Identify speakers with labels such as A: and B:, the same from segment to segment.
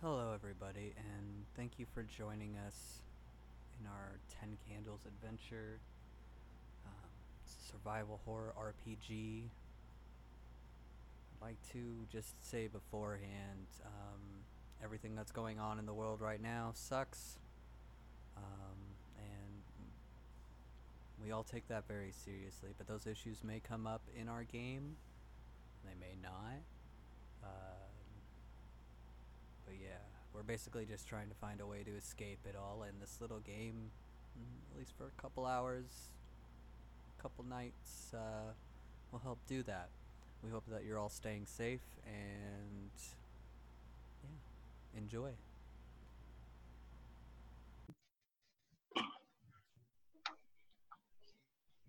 A: Hello, everybody, and thank you for joining us in our 10 Candles adventure. Um, it's a survival horror RPG. I'd like to just say beforehand um, everything that's going on in the world right now sucks, um, and we all take that very seriously, but those issues may come up in our game, they may not. Um, but yeah, we're basically just trying to find a way to escape it all. And this little game, mm, at least for a couple hours, a couple nights, uh, will help do that. We hope that you're all staying safe and yeah, enjoy.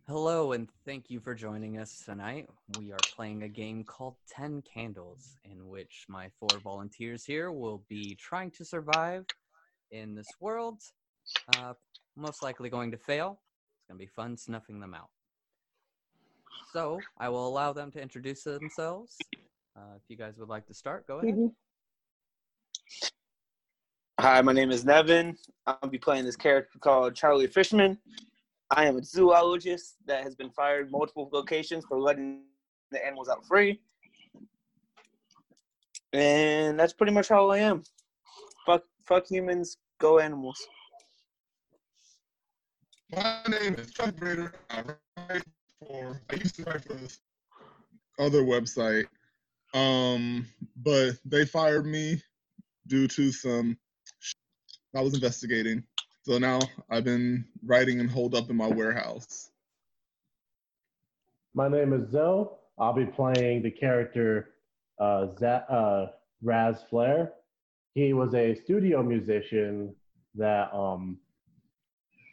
A: Hello, and thank you for joining us tonight. We are playing a game called 10 Candles, in which my four volunteers here will be trying to survive in this world. Uh, most likely going to fail. It's going to be fun snuffing them out. So I will allow them to introduce themselves. Uh, if you guys would like to start, go ahead.
B: Hi, my name is Nevin. I'll be playing this character called Charlie Fishman. I am a zoologist that has been fired multiple locations for letting the animals out free. And that's pretty much how I am. Fuck, fuck humans, go animals.
C: My name is Chuck Brader. I write for. I used to write for this other website, um, but they fired me due to some sh- I was investigating. So now I've been writing and holed up in my warehouse.
D: My name is Zoe. I'll be playing the character uh, Za uh, Raz Flair. He was a studio musician that um,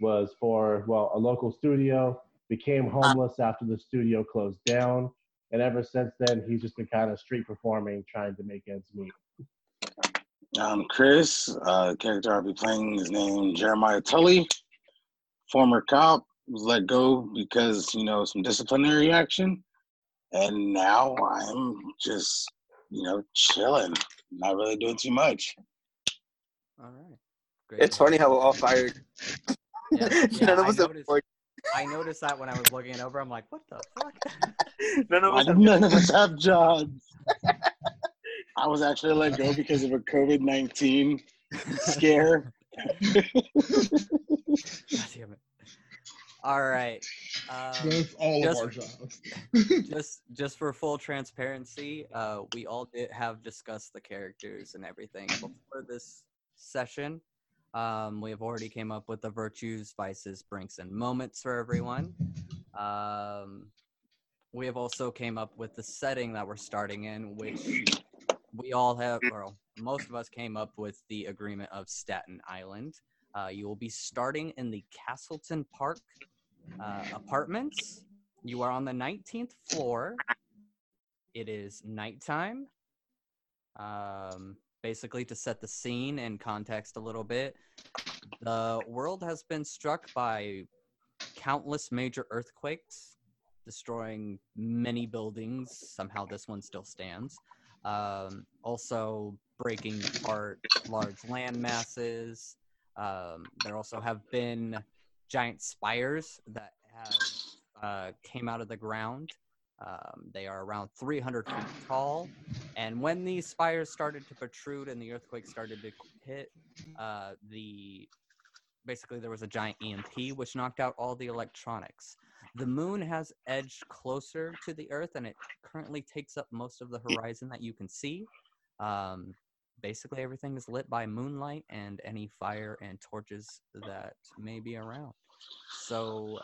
D: was for, well, a local studio, became homeless after the studio closed down. And ever since then, he's just been kind of street performing, trying to make ends meet.
E: I'm Um, Chris. Uh, character I'll be playing is named Jeremiah Tully, former cop, was let go because you know some disciplinary action, and now I'm just you know chilling, not really doing too much.
A: All right. Great.
B: It's funny how we're all fired.
A: Yeah, yeah,
B: None of
A: I,
B: us have
A: noticed,
B: work.
A: I noticed that when I was looking it over. I'm like, what the fuck?
B: None of us have
E: None of us have jobs. I was actually let go because of a COVID nineteen scare.
A: God damn it. All right. Um,
C: That's all
A: just-
C: of our jobs.
A: just just for full transparency, uh, we all did have discussed the characters and everything before this session. Um, we have already came up with the virtues, vices, brinks, and moments for everyone. Um, we have also came up with the setting that we're starting in, which we all have, or most of us came up with the agreement of Staten Island. Uh, you will be starting in the Castleton Park uh, apartments. You are on the 19th floor. It is nighttime. Um, basically, to set the scene and context a little bit, the world has been struck by countless major earthquakes, destroying many buildings. Somehow, this one still stands. Um, also, breaking apart large land masses. Um, there also have been giant spires that have uh, came out of the ground. Um, they are around 300 feet tall. And when these spires started to protrude and the earthquake started to hit, uh, the basically there was a giant EMP which knocked out all the electronics. The moon has edged closer to the Earth, and it currently takes up most of the horizon that you can see. Um, basically, everything is lit by moonlight and any fire and torches that may be around. So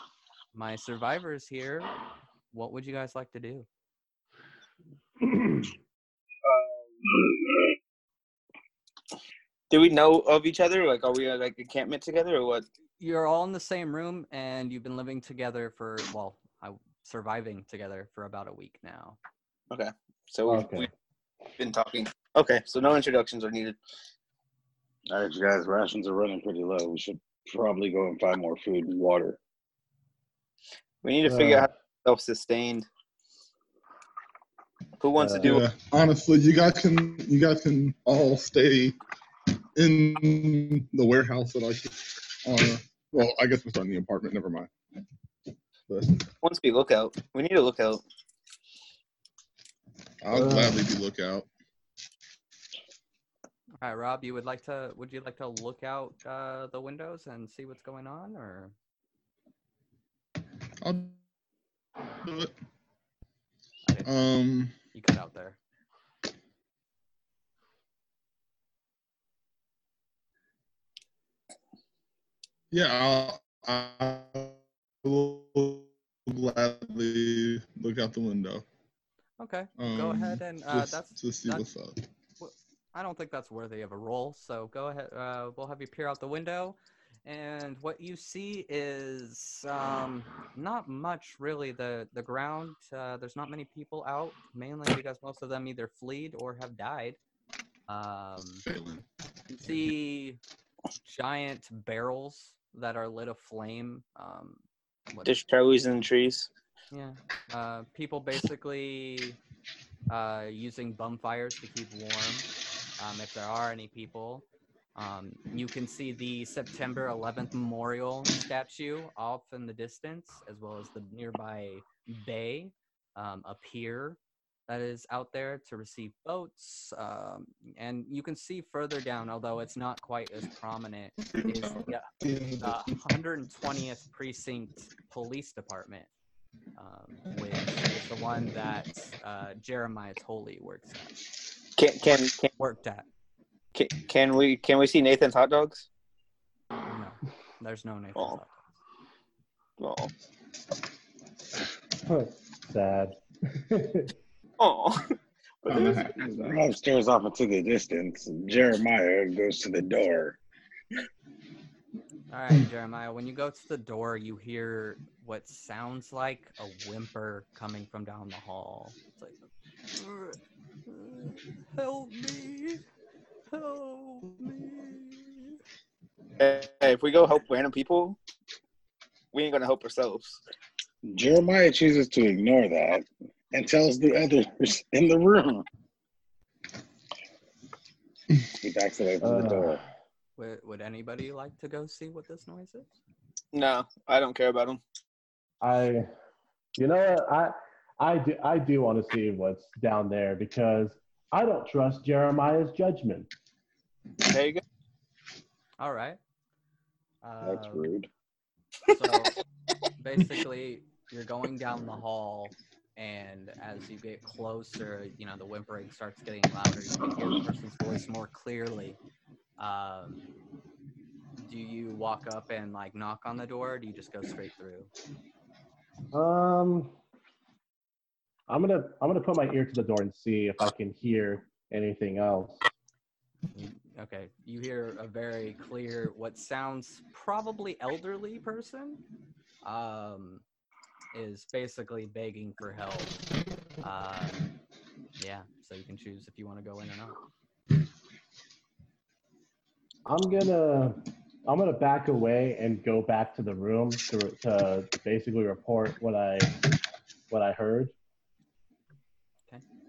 A: my survivors here, what would you guys like to do?
B: Do we know of each other? Like, are we uh, like encampment together or what?
A: You're all in the same room and you've been living together for, well, I, surviving together for about a week now.
B: So we've,
D: Okay.
B: we've been talking. Okay, so no introductions are needed.
E: All right, you guys, rations are running pretty low. We should probably go and find more food and water.
B: We need to figure
D: Uh,
B: out how self-sustained. Who wants to do
C: Uh, Yeah. Honestly, you guys can you guys can all stay in the warehouse that I, uh, well, I guess it's not in the apartment. Never mind. But
B: Once we look out, we need a lookout.
C: I'll
D: Uh.
C: gladly be lookout.
A: All right, Rob, you would like to? Would you like to look out uh, the windows and see what's going on, or
C: I'll do it.
A: I didn't,
C: Um,
A: you cut out there?
C: yeah, I'll, I'll gladly look out the window.
A: Okay,
C: Um,
A: go ahead and uh,
C: just
A: that's.
C: to see
A: that-
C: what's up.
A: I don't think that's worthy of a roll. So go ahead. Uh, we'll have you peer out the window, and what you see is um, not much really. The the ground. Uh, there's not many people out, mainly because most of them either fled or have died. Um,
C: Failing.
A: you see giant barrels that are lit aflame. Um, what-
B: There's Charlie's in the trees.
A: yeah. Uh, people basically uh, using bonfires to keep warm. Um, if there are any people, um, you can see the September 11th memorial statue off in the distance, as well as the nearby bay, um, a pier that is out there to receive boats. Um, and you can see further down, although it's not quite as prominent, is the the uh, 120th precinct police department um, which is the one that uh, jeremiah Tolley works at
B: Can can can
A: worked at
B: can, can we can we see Nathan's hot dogs?
A: no there's no nathan
B: Oh. Oh,
D: Uh, Sad.
B: oh.
C: I'm not happy with that.
E: Rob stares off into the distance. Jeremiah goes to the door.
A: all right jeremiah when you go to the door you hear what sounds like a whimper coming from down the hall it's like "Uh, uh, help me help me
B: Hey, if we go help random people, we ain't gonna help ourselves.
E: Jeremiah chooses to ignore that and tells the others in the room. He backs away from the
D: Uh,
E: door.
A: would, would anybody like to go see what this noise is
B: No, I don't care about them.
D: I, you know what? I, I do, I do want to see what's down there because I don't trust Jeremiah's judgment.
B: There you go.
A: all right
E: That's
A: Uh,
E: rude.
A: So basically, you're going down the hall, and as you get closer, you know the whimpering starts getting louder. You can hear the person's voice more clearly. Um, do you walk up and like knock on the door? Or do you just go straight through?
D: Um, I'm gonna, I'm gonna put my ear to the door and see if I can hear anything else.
A: You- okay, you hear a very clear, what sounds probably elderly person, um, is basically begging for help. Um, yeah, so you can choose if you want to go in or not.
D: I'm gonna, I'm gonna back away and go back to the room to, to basically report what I, what I heard.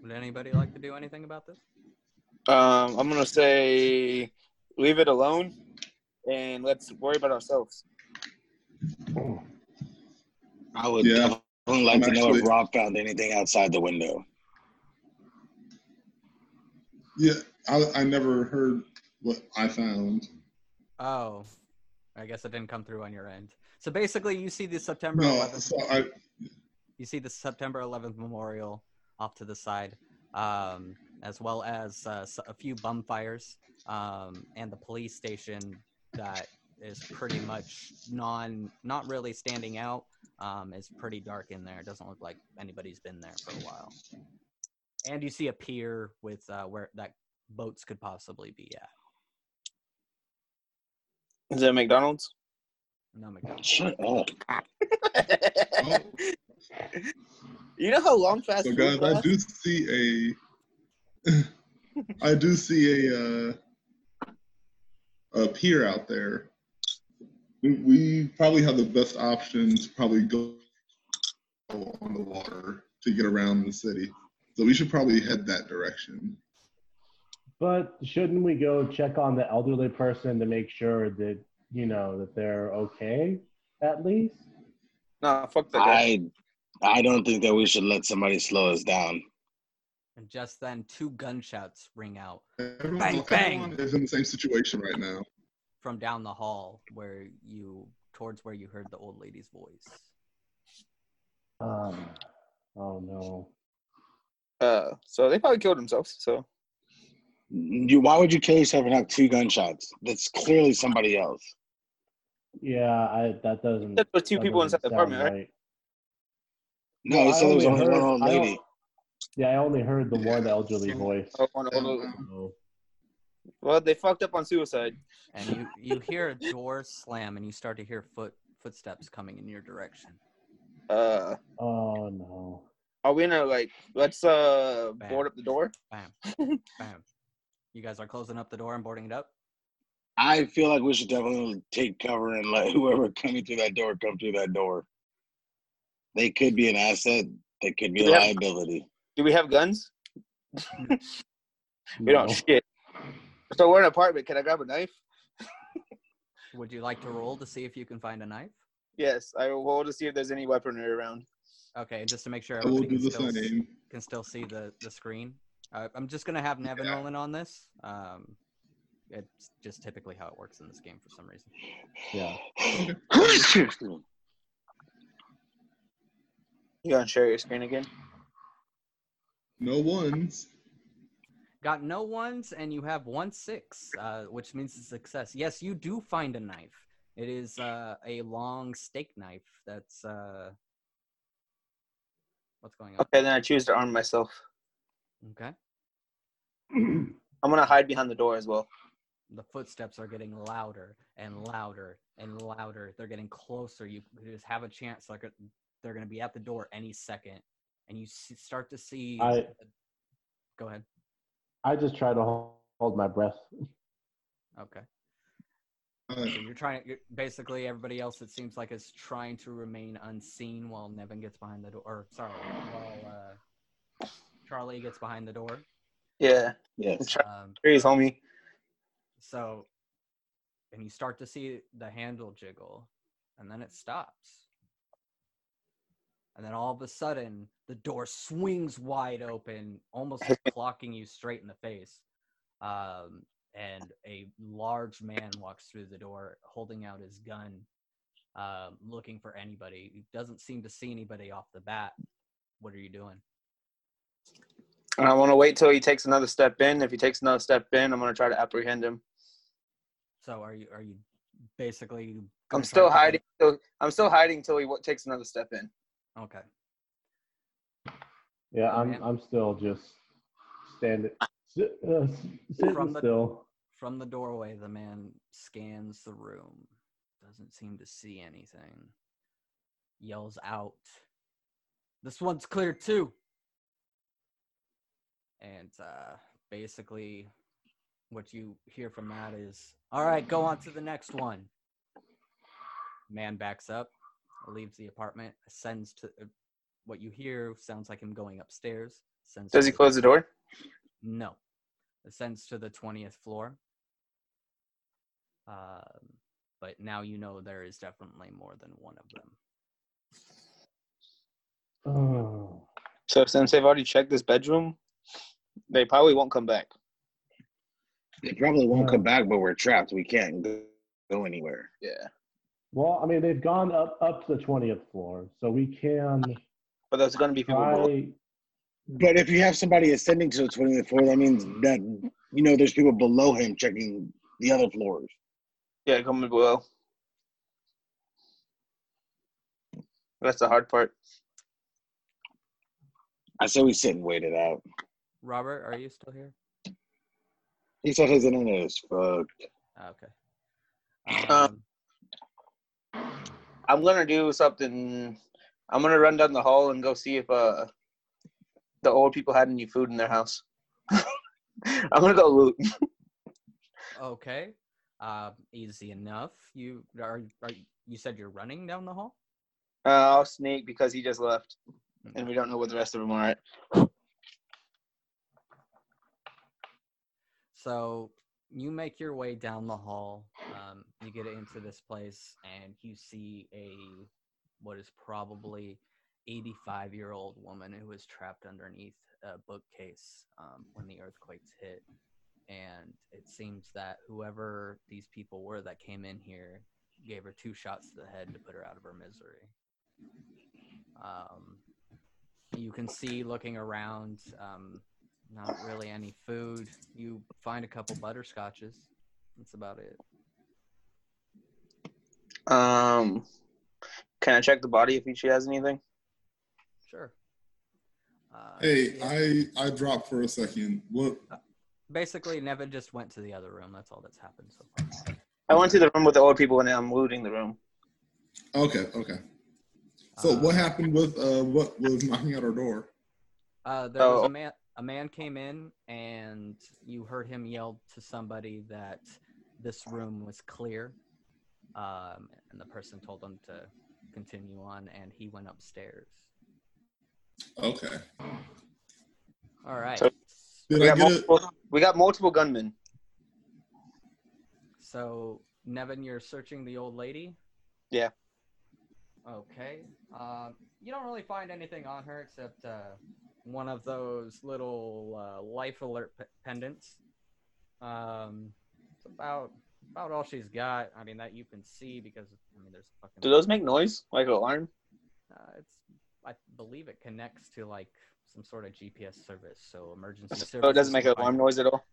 A: Would anybody like to do anything about this?
B: Um, I'm gonna say leave it alone and let's worry about ourselves.
E: I would
C: Yeah.
E: definitely like
C: I'm
E: to know if
C: actually-
E: Rob found anything outside the window.
C: Yeah, I, I never heard what I found.
A: Oh, I guess it didn't come through on your end. So basically, you see the September
C: No,
A: 11th.
C: so I,
A: You see the September 11th memorial off to the side, um, as well as uh, s- a few bonfires um, and the police station that is pretty much non, not really standing out. Um, is pretty dark in there. It doesn't look like anybody's been there for a while. And you see a pier with uh, where that boats could possibly be at.
B: Is it McDonald's?
A: No McDonald's.
E: Shut up.
B: you know how long fast
C: Oh. so
B: food
C: guys, I
B: lasts?
C: do see a, I do see a, uh, a pier out there. We, we probably have the best option to probably go on the water to get around the city. So we should probably head that direction.
D: But shouldn't we go check on the elderly person to make sure that you know that they're okay at least?
B: Nah, fuck that guy.
E: I I don't think that we should let somebody slow us down.
A: And just then, two gunshots ring out
C: Everyone,
A: Bang, bang.
C: everyone is in the same situation right now.
A: from down the hall where you, towards where you heard the old lady's voice.
D: Um, oh no.
B: Uh, so they probably killed themselves. So
E: You, why would you kill yourself and have two gunshots? That's clearly somebody else.
D: Yeah, I that doesn't.
B: there were two
D: that
B: people
D: doesn't
B: inside the
D: sound
B: apartment, right?
E: No, they
D: I
E: said there was
D: only
E: only one
D: heard-
E: old
D: I don't-
E: lady.
D: Yeah, I only heard the one
C: Yeah,
D: elderly
C: so-
D: voice.
B: Oh, hold on, hold on.
D: so-
B: Well, they fucked up on suicide.
A: And you, you hear a door slam and you start to hear foot footsteps coming in your direction.
B: Uh,
D: Oh no.
B: are we gonna like let's uh board up the door?
A: Bam. Bam. You guys are closing up the door and boarding it up.
E: I feel like we should definitely take cover and let whoever coming through that door come through that door. They could be an asset. They could be a
B: Yeah.
E: liability.
B: Do we have guns? We
D: No.
B: don't. Shit. So we're in an apartment. Can I grab a knife?
A: Would you like to roll to see if you can find a knife?
B: Yes, I will roll to see if there's any weaponry around.
A: Okay, just to make sure
C: I will
A: everybody
C: do
A: can
C: the
A: still,
C: same.
A: can still see the, the screen. Uh, I'm just gonna have Nevin rolling on this. Um, it's just typically how it works in this game for some reason.
D: Yeah.
E: Excuse me.
B: You gonna share your screen again?
C: No ones.
A: Got no ones, and you have one six, uh, which means a success. Yes, you do find a knife. It is uh, a long steak knife. That's uh, what's going on.
B: Okay, then I choose to arm myself.
A: Okay,
B: I'm gonna hide behind the door as well.
A: the footsteps are getting louder and louder and louder. They're getting closer. You you just have a chance. Like uh, they're going to be at the door any second, and you s- start to see.
D: I-
A: Go ahead.
D: I just try to hold, hold my breath.
A: Okay.
C: Uh,
A: So you're trying. You're, basically, everybody else it seems like is trying to remain unseen while Nevin gets behind the door. Or sorry, while uh, Charlie gets behind the door.
B: Yeah,
E: Yes.
A: Um,
B: please, homie.
A: so, and you start to see the handle jiggle, and then it stops. And then all of a sudden, the door swings wide open, almost clocking you straight in the face. Um, and a large man walks through the door holding out his gun, um, looking for anybody. He doesn't seem to see anybody off the bat. What are you doing?
B: And I want to wait till he takes another step in. If he takes another step in, I'm gonna try to apprehend him.
A: So are you are you basically gonna
B: I'm
A: try
B: still
A: to prevent-
B: hiding. So I'm still hiding till he w- takes another step in.
A: Okay.
D: Yeah,
A: Oh,
D: I'm
A: man.
D: I'm still just standing sit, uh, s- sitting
A: Ah. From the-
D: still.
A: From the doorway, the man scans the room, doesn't seem to see anything, yells out, This one's clear too! And uh, basically, what you hear from that is, All right, go on to the next one. Man backs up, leaves the apartment, ascends to uh, what you hear sounds like him going upstairs. Ascends
B: Does
A: to
B: he close the door?
A: no. Ascends to the 20th floor. Um, but now you know there is definitely more than one of them.
D: Oh,
B: So since they've already checked this bedroom, they probably won't come back.
E: They probably won't
D: Yeah.
E: come back, but we're trapped. We can't go, go anywhere.
B: Yeah,
D: well, I mean they've gone up up to the twentieth floor, so we can
A: Ah,
B: but there's gonna be people. below.
D: try.
E: But if you have somebody ascending to the 20th floor, that means that, you know, there's people below him checking the other floors.
B: Yeah, coming below. That's the hard part.
E: I say we sit and wait it out.
A: Robert, are you still here?
E: He said his internet is fucked.
A: Ah, Okay.
B: Uh,
A: Um,
B: I'm gonna do something. I'm gonna run down the hall and go see if uh the old people had any food in their house. I'm gonna go loot.
A: okay. Uh, easy enough. You are, are. You said you're running down the hall.
B: Uh, I'll sneak because he just left, and
A: Okay.
B: we don't know where the rest of them are. At.
A: So you make your way down the hall. Um, you get into this place, and you see a what is probably 85 year old woman who was trapped underneath a bookcase um, when the earthquakes hit. And it seems that whoever these people were that came in here gave her two shots to the head to put her out of her misery. Um, you can see looking around, um, not really any food. You find a couple butterscotches. That's about it.
B: Um, can I check the body if she has anything?
A: Sure. Uh,
C: Hey,
A: yeah.
C: I I dropped for a second. What?
A: basically Nevin just went to the other room. That's all that's happened so far.
B: I went to the room with the old people and I'm looting the room.
C: Okay, okay. So what
A: Um,
C: happened with uh what was knocking at our door?
A: Uh, there was
B: Oh.
A: a man. A man came in, and you heard him yell to somebody that this room was clear. Um, and the person told him to continue on, and he went upstairs.
C: Okay.
A: All right.
B: So-
C: Did
B: We
C: I
B: got,
C: get it?
B: multiple, we got multiple gunmen.
A: So, Nevin, you're searching the old lady?
B: Yeah.
A: Okay. Um, you don't really find anything on her except uh, one of those little uh, life alert p- pendants. Um, it's about about all she's got. I mean, that you can see because I mean, there's fucking.
B: Do those make noise like an alarm?
A: Uh, it's I believe it connects to like some sort of GPS service, so emergency service.
B: Oh, it doesn't make an alarm noise at all.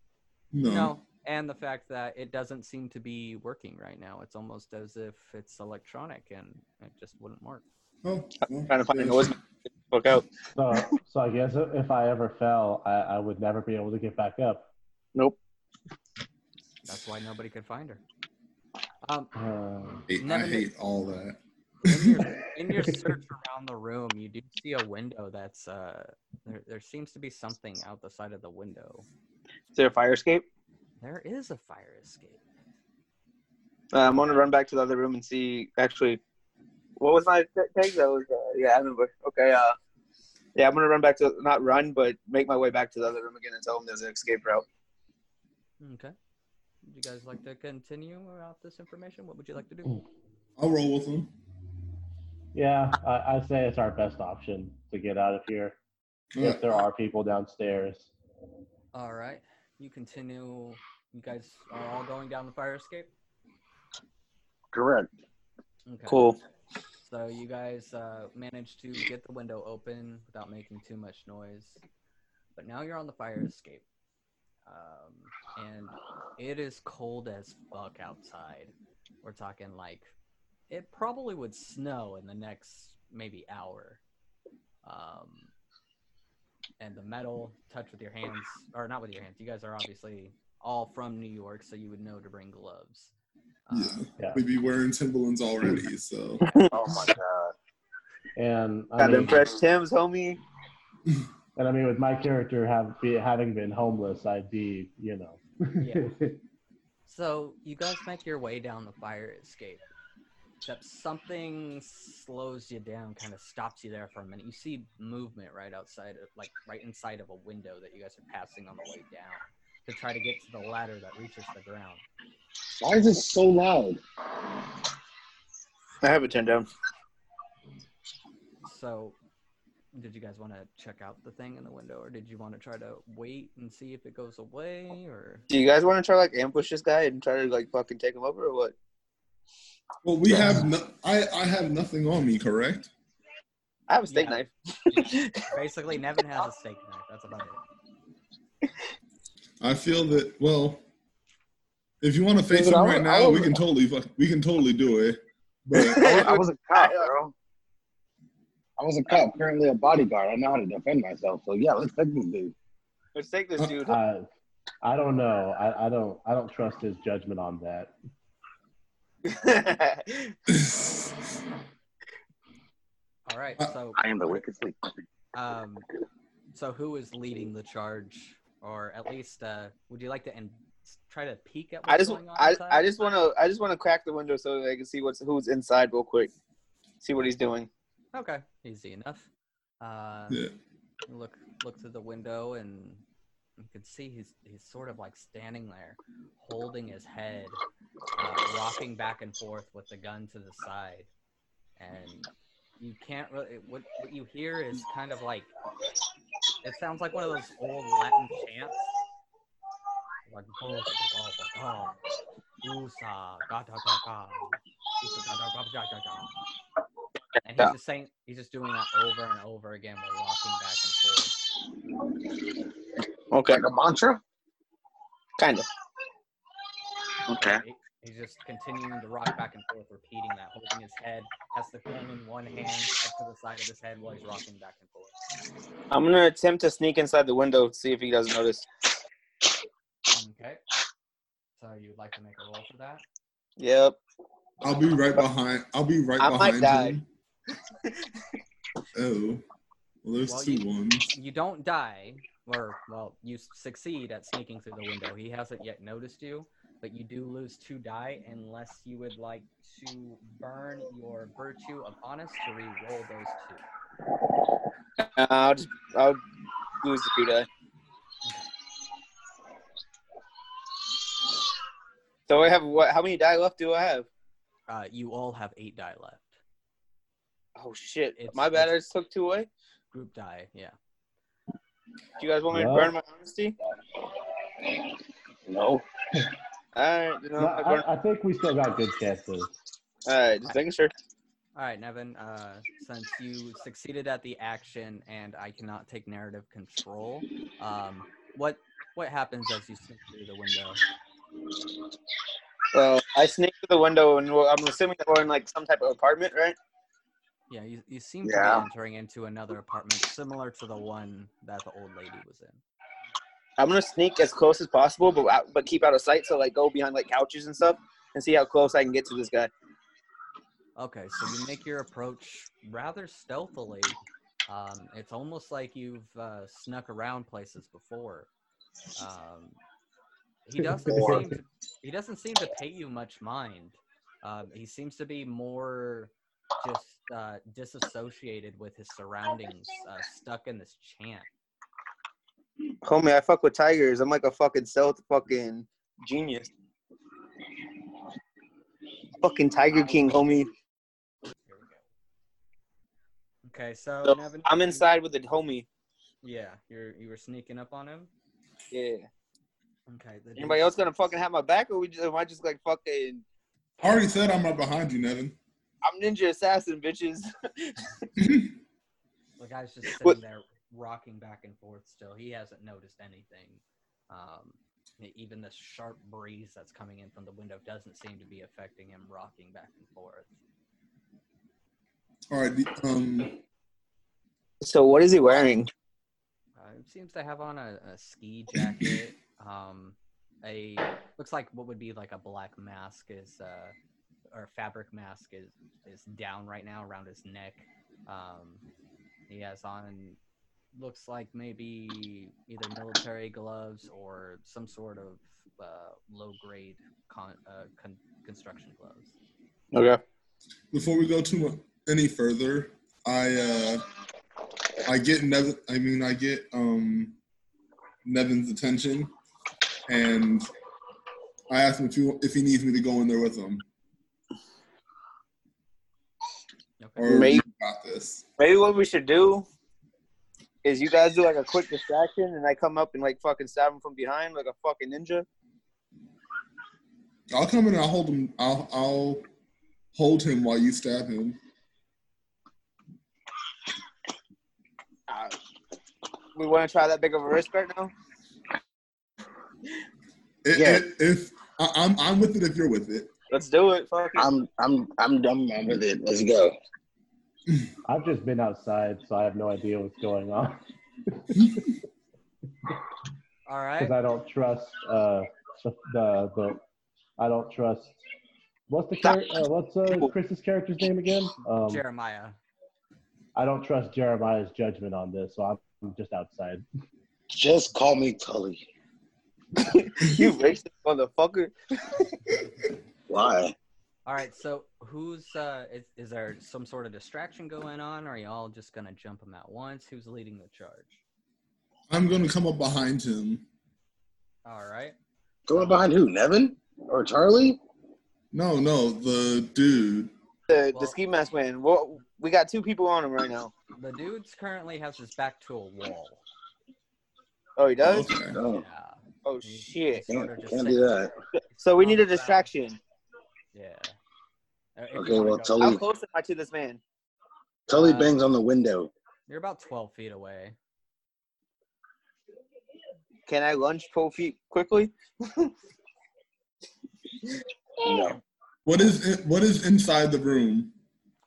C: No.
A: No, and the fact that it doesn't seem to be working right now. It's almost as if it's electronic and it just wouldn't work.
C: Oh, well,
B: trying to find a
C: yes.
B: noise. Fuck out.
D: So, so I guess if I ever fell, I, I would never be able to get back up.
B: Nope.
A: That's why nobody could find her. Um,
D: Uh,
C: Hey, I
A: Never-
C: hate all that.
A: in, your, in your search around the room, you do see a window that's uh, there. There seems to be something out the side of the window.
B: Is there a fire escape?
A: There is a fire escape.
B: Uh, I'm gonna run back to the other room and see. Actually, what was my t- tag? That was uh, yeah, I remember. Okay, uh, yeah, I'm gonna run back to not run, but make my way back to the other room again and tell them there's an escape route.
A: Okay. Would you guys like to continue about this information? What would you like to do?
C: I'll roll with them.
D: yeah, I, I'd say it's our best option to get out of here if there are people downstairs.
A: All right. You continue. You guys are all going down the fire escape.
E: Correct.
A: Okay.
B: Cool.
A: So you guys uh, managed to get the window open without making too much noise, but now you're on the fire escape, um, and it is cold as fuck outside. We're talking like it probably would snow in the next maybe hour, um, and the metal touch with your hands or not with your hands. You guys are obviously all from New York, so you would know to bring gloves. Um,
C: Yeah.
D: Yeah.
C: We'd be wearing Timberlands already, so
E: Oh my god.
D: And I
B: Got them
D: mean,
B: fresh Tim's, homie.
D: and I mean, with my character have be, having been homeless, I'd be, you know.
A: Yeah. So you guys make your way down the fire escape. Except something slows you down, kind of stops you there for a minute. You see movement right outside, of, like right inside of a window that you guys are passing on the way down to try to get to the ladder that reaches the ground.
E: Why is it so loud?
B: I have it turned down.
A: So, did you guys want to check out the thing in the window, or did you want to try to wait and see if it goes away? Or
B: Do you guys want to try like ambush this guy and try to like fucking take him over or what?
C: well we have no I, I have nothing on me, correct?
B: I have a steak
A: Yeah.
B: knife.
A: basically, Nevin has a steak knife. That's about it.
C: I feel that well if you want to face
E: Dude,
C: him
E: I
C: right
E: would- I
C: now, we
E: would-
C: can totally fuck, we can totally do it. But
E: I was, I was a cop, Oh,
B: uh,
E: bro. I was a cop, currently a bodyguard. I know how to defend myself. So yeah, let's take this dude.
B: Let's take this dude.
D: I, I don't know. I, I don't. I don't trust his judgment on that.
A: All right.
C: Uh,
A: So
E: am the wicked sleep.
A: Um, so who is leading the charge, or at least uh, would you like to in- try to peek at what's
B: I just,
A: going on?
B: I,
A: inside?
B: I just want to, I just want to crack the window so that I can see what's who's inside real quick. See what he's doing.
A: okay, easy enough. Uh,
C: yeah.
A: look look through the window and you can see he's he's sort of like standing there, holding his head, uh, rocking back and forth with the gun to the side, and you can't really. What what you hear is kind of like it sounds like one of those old Latin chants, like "Bosa, bosa, bosa, usa, ga, ga, ga, ga, usa, ga, ga, ga, ga, ga, ga." And he's
B: Yeah.
A: just saying, he's just doing that over and over again while walking back and forth.
B: Okay,
E: Like a mantra?
B: kind of.
E: Okay.
A: He- He's just continuing to rock back and forth, repeating that, holding his head, has the gun in one hand, up to the side of his head while he's rocking back and forth.
B: I'm gonna attempt to sneak inside the window see if he doesn't notice.
A: Okay. So you'd like to make a roll for that?
B: Yep.
C: I'll be right behind. I'll be right
B: I might
C: behind
B: die.
C: him. oh, well, there's
A: Well,
C: two
A: you-
C: ones.
A: You don't die, or well, you succeed at sneaking through the window. He hasn't yet noticed you, but you do lose two die unless you would like to burn your virtue of honest to re-roll those two.
B: Uh, I'll just I'll lose the two die. So I have what? How many die left do I have?
A: Uh, you all have eight die left.
B: Oh shit!
A: It's-
B: My bad. I
A: it's-
B: just took two away.
A: Group die, yeah.
B: Do you guys want me to
D: Yeah.
B: burn my honesty?
E: No.
B: All right. You know,
D: No,
B: I burn.
D: I, I think we still got good chances.
B: All right. Just making sure.
A: All right, Nevin. Uh, since you succeeded at the action and I cannot take narrative control, um, what what happens as you sneak through the window?
B: So I sneak through the window, and we're, I'm assuming that we're in like some type of apartment, right?
A: Yeah, you, you seem to
E: Yeah.
A: be entering into another apartment similar to the one that the old lady was in.
B: I'm gonna sneak as close as possible, but out, but keep out of sight. So like go behind like couches and stuff, and see how close I can get to this guy.
A: Okay, so you make your approach rather stealthily. Um, it's almost like you've uh, snuck around places before. Um, he doesn't
E: Or-
A: seem to, he doesn't seem to pay you much mind. Um, he seems to be more just uh, disassociated with his surroundings, uh, stuck in this chant.
B: Homie, I fuck with tigers. I'm like a fucking stealth fucking genius. Fucking Tiger King, homie.
A: Here we go. Okay, so,
B: So,
A: Nevin,
B: I'm
A: you-
B: inside with the homie.
A: Yeah, you're you were sneaking up on him.
B: Yeah.
A: Okay. the
B: Anybody
A: dude's-
B: else gonna fucking have my back, or we just am I just like fucking?
C: I already said I'm right behind you, Nevin.
B: I'm ninja assassin, bitches.
A: The guy's just sitting
B: What-
A: there rocking back and forth still. He hasn't noticed anything. Um, e- even the sharp breeze that's coming in from the window doesn't seem to be affecting him rocking back and forth.
C: All right. the- Um,
B: So what is he wearing?
A: Uh, it seems to have on a, a ski jacket. Um, a looks like what would be like a black mask is, uh, or fabric mask is is down right now around his neck. Um, he has on looks like maybe either military gloves or some sort of uh, low grade con- uh, con- construction gloves.
B: Okay.
C: before we go too mu- any further, I uh, I get Nevin. I mean, I get um, Nevin's attention, and I ask him if he, if he needs me to go in there with him,
A: Okay.
C: or
B: Maybe.
C: you got this.
B: Maybe what we should do is you guys do like a quick distraction, and I come up and like fucking stab him from behind like a fucking ninja.
C: I'll come in and I'll hold him. I'll I'll hold him while you stab him.
B: Uh, we want to try that big of a risk right now.
C: I-
B: Yeah.
C: i- If, I, I'm I'm with it, if you're with it.
B: Let's do it. Fuck it.
E: I'm I'm I'm done with it. Let's go.
D: I've just been outside, so I have no idea what's going on
A: All right.
D: because I don't trust uh the, the the I don't trust. What's the char- uh, what's uh, Chris's character's name again? Um,
A: Jeremiah.
D: I don't trust Jeremiah's judgment on this, so I'm, I'm just outside.
E: Just call me Tully.
B: you racist motherfucker.
E: Why?
A: All right, so who's uh is, is there some sort of distraction going on? Or are y'all just gonna jump them at once? Who's leading the charge?
C: I'm gonna come up behind him.
A: All right.
E: Going behind who? Nevin or Charlie?
C: No, no, the dude.
B: The,
A: Well-
B: the ski mask man. Well, we got two people on him right now.
A: The dude's currently has his back to a wall.
B: Oh, he does.
C: Okay.
A: Yeah.
E: Oh,
B: Oh
A: He- he's
B: shit.
A: sort of
E: Can't-
A: just
E: can't
A: sitting
E: do that.
A: there.
B: So we need a
A: Um,
B: distraction.
A: Yeah. Uh, if you
E: Okay,
A: wanna
E: well,
A: go-
E: Tully-
B: How close am I to this man?
E: Tully
A: Uh,
E: bangs on the window.
A: You're about 12 feet away.
B: Can I lunge twelve feet quickly?
E: No.
C: What is in, what is inside the room?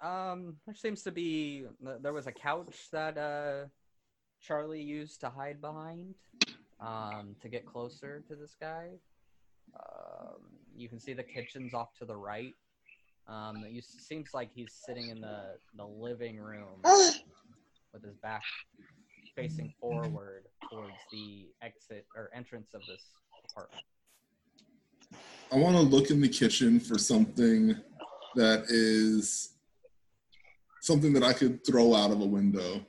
A: Um, there seems to be th- there was a couch that uh Charlie used to hide behind um to get closer to this guy. Um, you can see the kitchen's off to the right. Um, it used- seems like he's sitting in the the living room with his back facing forward towards the exit or entrance of this apartment.
C: I want to look in the kitchen for something that is something that I could throw out of a window.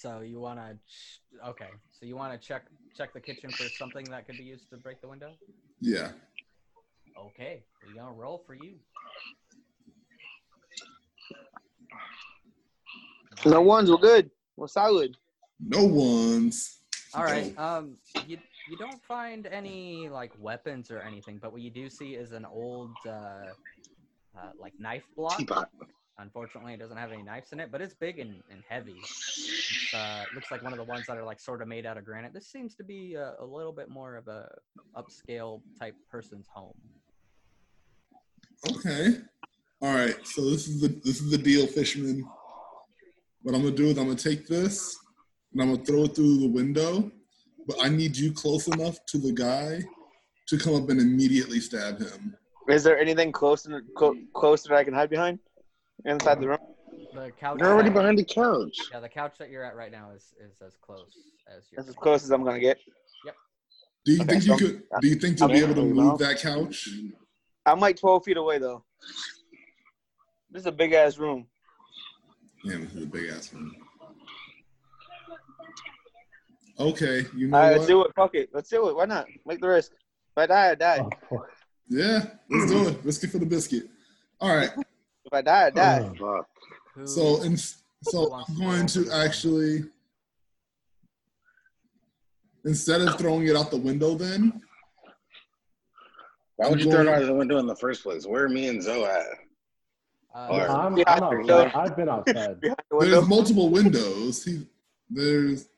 A: So you want to ch- okay, so you want to check check the kitchen for something that could be used to break the window?
C: Yeah.
A: Okay, we're gonna roll for you.
B: No ones. We're good. We're solid.
C: No ones.
A: All right. Um, you you don't find any like weapons or anything, but what you do see is an old uh, uh like knife block.
E: Teapot.
A: Unfortunately, it doesn't have any knives in it, but it's big and, and heavy. It's, uh, looks like one of the ones that are like sort of made out of granite. This seems to be uh, a, a little bit more of a upscale type person's home.
C: Okay. All right. So this is the this is the deal, Fishman. What I'm gonna do is I'm gonna take this and I'm gonna throw it through the window, but I need you close enough to the guy to come up and immediately stab him.
B: Is there anything close and clo- close that I can hide behind inside the room?
A: The couch.
E: They're already
A: that-
E: behind the couch.
A: Yeah, the couch that you're at right now is is as close as you're.
B: That's as close as I'm gonna get.
C: Do you
B: Okay,
C: think you
B: so-
C: could? Do you think you'll be able to move that couch?
B: I'm like twelve feet away though. This is a big ass room.
C: Damn, this is a big ass one. Okay, you know
B: All right, let's
C: what?
B: do it. Fuck it. Let's do it. Why not? Make the risk. If I die, I die.
D: Oh, fuck.
C: Yeah, let's do it. Biscuit for the biscuit. All right.
B: If I die, I
C: Oh.
B: die.
D: Ugh.
E: Fuck.
A: Who,
C: So in, so
A: wants
C: I'm
A: to
C: going
A: roll
C: to
A: for
C: actually instead of throwing it out the window, then
E: Why would you throw it out of the window in the first place? Where are me and Zoe at?
A: uh,
E: Or-
D: I'm,
B: Yeah,
D: I'm
B: I think
D: outside. I've been
B: Behind
D: outside.
B: the
C: there's
B: window.
C: multiple windows. He, there's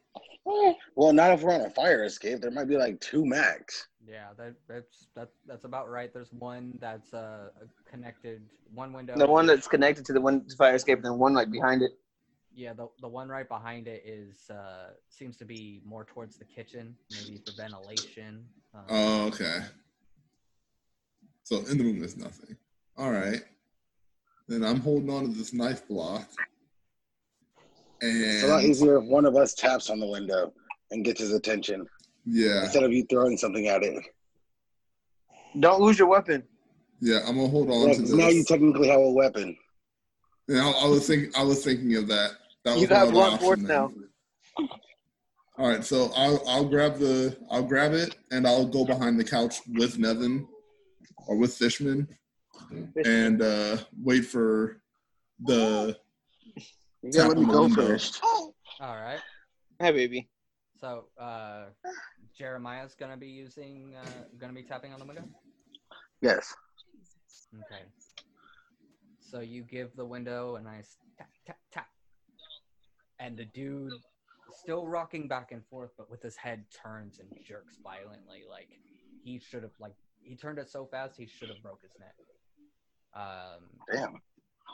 E: Well, not if we're on a fire escape. There might be like two max.
A: yeah, that, that's that, that's about right. There's one that's uh connected, one window.
B: The one that's connected to the one to fire escape, and then one like behind it.
A: yeah, the the one right behind it is uh seems to be more towards the kitchen, maybe for ventilation. Um,
C: oh, okay. So in the room, there's nothing. All right. Then I'm holding on to this knife block,
E: It's a lot
C: and
E: easier if one of us taps on the window and gets his attention
C: yeah,
E: instead of you throwing something at it.
B: Don't lose your weapon.
C: yeah, I'm gonna hold on
E: Yeah,
C: to
E: 'cause
C: this.
E: now you technically have a weapon.
C: Yeah, I, I was thinking. I was thinking of that. That
B: You
C: was
B: got
C: my
B: blunt
C: other
B: force
C: option.
B: now.
C: then. All right, so I'll I'll grab the I'll grab it and I'll go behind the couch with Nevin or with Fishman and uh, wait for the
E: You gotta let
C: Tap on
E: me
C: the
E: go
C: window.
E: first.
A: all right.
B: Hey, baby.
A: So uh Jeremiah's gonna be using uh gonna be tapping on the window.
E: Yes.
A: Okay. So you give the window a nice tap, tap, tap. And the dude, still rocking back and forth, but with his head turns and jerks violently. Like he should have, like, he turned it so fast, he should have broke his neck. Um,
E: Damn.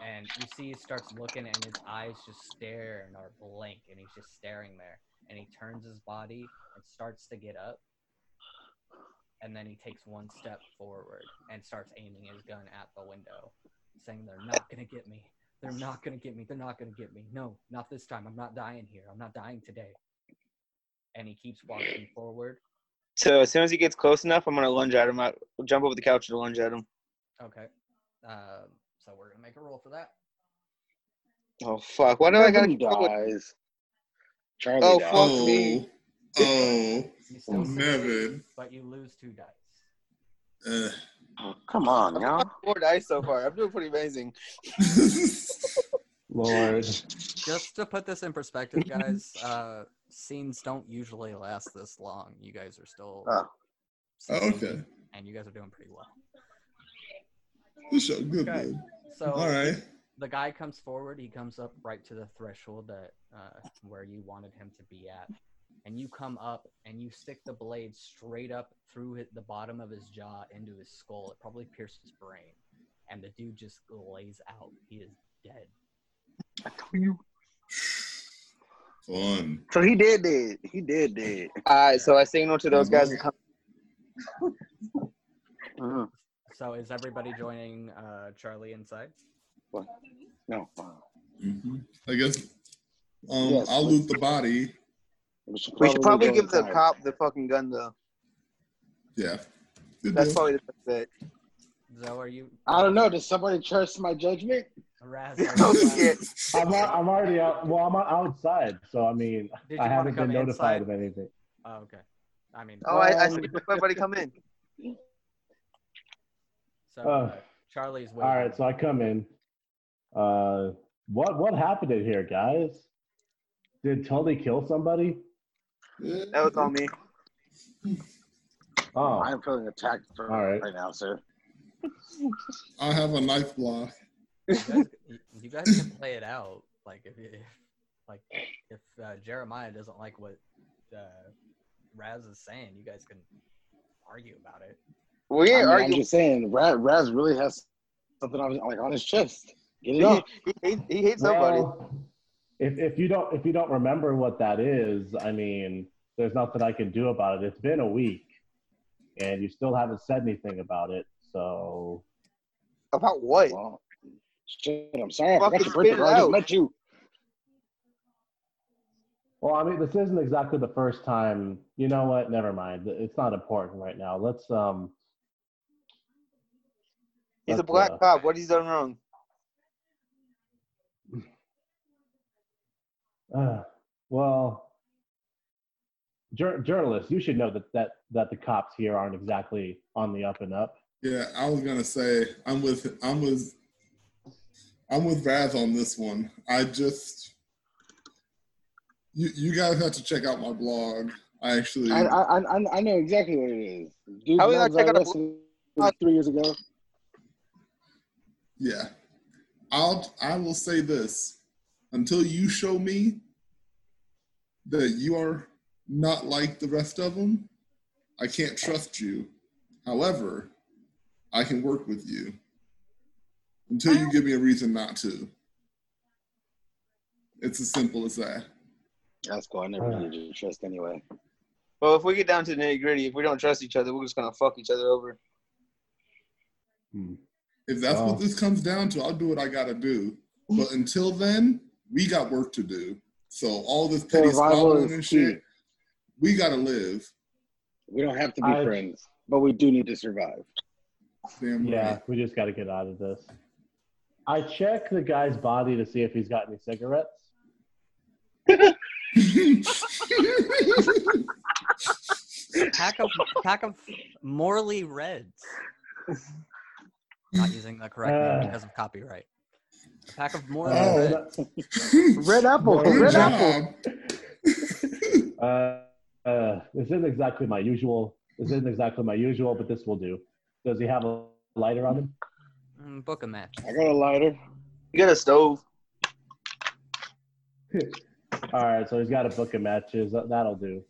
A: and you see he starts looking and his eyes just stare and are blank and he's just staring there and he turns his body and starts to get up and then he takes one step forward and starts aiming his gun at the window saying they're not going to get me they're not going to get me they're not going to get me no not this time i'm not dying here i'm not dying today and he keeps walking forward
B: So as soon as he gets close enough, I'm gonna lunge at him. I jump over the couch and lunge at him.
A: okay um, so we're going to make a roll for that
B: Oh fuck! Why do I gotta?
E: Everybody dies. Charlie
B: Oh,
E: dies.
B: fuck me.
C: oh Oh,
A: You still
C: Nevin.
A: succeed, but you lose two dice.
C: uh.
E: Oh, come on, y'all.
B: Four dice so far. I'm doing pretty amazing.
D: Lord.
A: Just to put this in perspective, guys, uh, scenes don't usually last this long. You guys are still
E: Oh.
C: Ah. okay.
A: succeeding, and you guys are doing pretty well.
C: Good show. Good,
A: Okay.
C: good.
A: So
C: All right.
A: the guy comes forward. He comes up right to the threshold that uh, where you wanted him to be at, and you come up and you stick the blade straight up through hi- the bottom of his jaw into his skull. It probably pierced his brain, and the dude just lays out. He is dead.
C: Fun.
E: So he did dead. He did dead.
B: All right, so I signal to those guys. to come-
E: Mm,
A: So is everybody joining uh, Charlie inside?
E: no. uh,
C: hmm I guess um,
E: Yes.
C: I'll loot the body.
B: We should probably
E: go
B: give the
E: inside.
B: cop the fucking gun though.
C: Yeah. Good
B: That's
C: deal.
B: probably the best
A: Zoe, are you?
E: I don't know. Does somebody trust my judgment?
A: Raz,
B: bet.
A: are
B: Oh
A: you- uh,
B: shit!
D: I'm, out, I'm already out. Well, I'm outside, so I mean,
A: Did you
D: I
A: want to
D: haven't
A: come
D: been notified
A: inside?
D: of anything.
A: Oh, okay. I mean,
B: Oh, I, I
D: Um,
B: see everybody come in.
A: so
D: Uh,
A: uh, Charlie's
D: all
A: waiting.
D: right, so I come in. Uh, what what happened in here, guys? Did Tully kill somebody?
C: Yeah.
B: That was on me.
D: Oh,
E: I am feeling attacked for
D: All right.
E: right now, sir.
C: I have a knife block.
A: you guys, you guys can play it out. Like if, you, like if uh, Jeremiah doesn't like what uh, Raz is saying, you guys can argue about it.
B: We
E: I
B: ain't
E: am
B: arguing.
E: just saying, Raz, Raz really has something on, his- like, on his chest. Get it
B: He,
E: up.
B: he, hates- he hates somebody.
D: Well, if if you don't if you don't remember what that is, I mean, there's nothing I can do about it. It's been a week, and you still haven't said anything about it. So
B: About what?
E: Well, shit, I'm sorry. I
B: Fucking
E: forgot your birthday.
B: spit it
E: girl. I just
B: out.
E: met you.
D: Well, I mean, this isn't exactly the first time. You know what? Never mind. It's not important right now. Let's um.
B: He's a
D: let's,
B: black
D: uh,
B: cop. What he's done wrong?
D: uh, well, jour- journalists, you should know that that that the cops here aren't exactly on the up and up.
C: Yeah, I was gonna say I'm with I'm with I'm with Raz on this one. I just you you guys have to check out my blog. I actually
E: I, I, I, I know exactly what it is. Dude,
B: How we
E: knows
B: gonna check
E: I
B: out a
E: wrestled three years ago.
C: yeah. I'll I will say this until you show me that you are not like the rest of them, I can't trust you. However, I can work with you until you give me a reason not to. It's as simple as that.
E: That's cool. I never
D: Uh.
E: needed your trust anyway.
B: Well, if we get down to the nitty gritty, if we don't trust each other, we're just gonna fuck each other over.
D: Hmm.
C: If that's
D: Wow.
C: what this comes down to, I'll do what I gotta do. But until then, we got work to do. So all this petty
E: Survival
C: squabbling and
E: is key.
C: shit, we gotta live.
E: We don't have to be
D: I-
E: friends, but we do need to survive.
C: Damn
D: Yeah,
C: right.
D: we just got to get out of this. I check the guy's body to see if he's got any cigarettes.
A: Pack of pack of Morley Reds. Not using the correct name
D: Uh.
A: because of copyright. A pack of Morley Reds.
C: Oh.
D: Uh,
E: Red apple.
D: Good
C: Good
E: Red
D: job.
E: apple.
C: job.
D: Uh, uh, this isn't exactly my usual. This isn't exactly my usual, but this will do. Does he have a lighter on him?
A: Mm, book a match.
E: I got a lighter.
B: You got a stove?
D: All right, so he's got a book of matches. That- That'll do.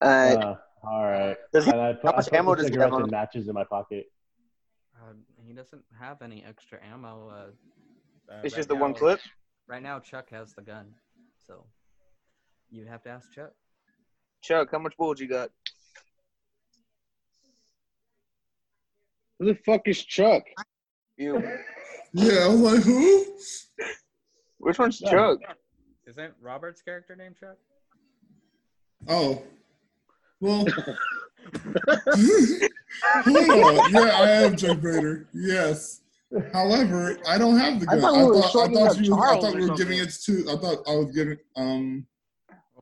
B: Uh,
D: Uh, all right.
B: does he-
D: And I put,
B: how
D: I
B: much
D: put
B: ammo
D: the
B: does he have
D: cigarettes
B: on
D: and
B: him?
D: matches in my pocket.
A: Uh, he doesn't have any extra ammo. Uh, uh, right
B: it's just the one
A: now-
B: clip.
A: Right now, Chuck has the gun, so you'd have to ask Chuck.
B: Chuck, how much bulge you got?
E: Who the fuck is Chuck?
B: You.
C: Yeah, I was like, who?
B: Which one's
D: Yeah.
B: Chuck?
A: Isn't Robert's character named Chuck?
C: Oh. Well. Hold on. Yeah, I am Chuck Brader. Yes. However, I don't have the
E: I
C: gun. I
E: thought we were
C: thought I
E: shortening
C: thought,
E: up
C: you, I
E: Charles
C: thought
E: or
C: we were giving
E: something.
C: it to. I thought I was giving. Um.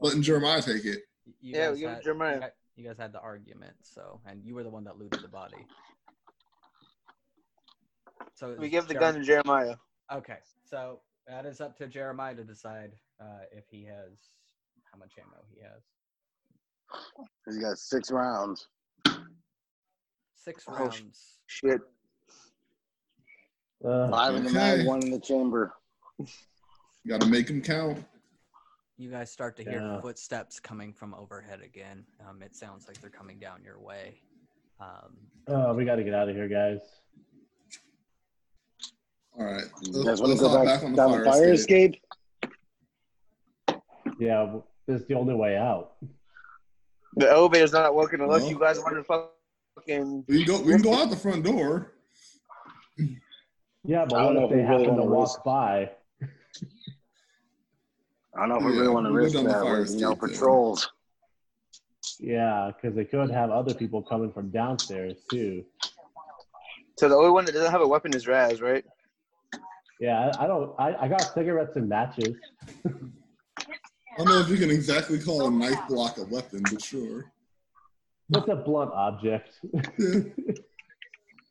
C: letting Jeremiah take it.
A: You
B: Yeah,
A: guys
B: give it
A: had-
B: Jeremiah.
A: You guys, you guys had the argument, so and you were the one that looted the body. So it
B: We
A: was
B: give the
A: Jerem-
B: gun to Jeremiah.
A: Okay, so that is up to Jeremiah to decide uh, if he has how much ammo he has.
E: He's got six rounds.
A: Six
B: Oh,
A: rounds.
B: sh- Shit.
D: Uh,
E: Five in the
C: Okay.
E: mag, one in the chamber.
C: Got to make him count.
A: You guys start to hear
D: Yeah.
A: footsteps coming from overhead again. Um, it sounds like they're coming down your way. Um,
D: uh, we got to get out of here, guys.
C: All right.
E: You
C: Let's,
E: guys want
C: let's
E: to go
C: hop
E: back,
C: back on the
E: down
C: fire, escape.
D: Yeah, w- this is the only way out.
B: The elevator's not working unless
C: No.
B: you guys want to fucking.
C: We can go. We can go out the front door.
D: Yeah,
E: I
D: but
E: don't
D: what
E: know
D: if
E: if
D: they
E: we really
D: happen to
E: wanna
D: walk
E: risk-
D: by?
E: I don't know if we
C: Yeah,
E: really want to
C: we'll go
E: risk
C: down the
E: that
C: fire
E: with, you know,
C: escape then.
E: patrols.
D: Yeah, because they could have other people coming from downstairs too.
B: So the only one that doesn't have a weapon is Raz, right?
D: Yeah, I, I don't. I, I got cigarettes and matches.
C: I don't know if you can exactly call a knife block a weapon, but sure.
D: It's a blunt object.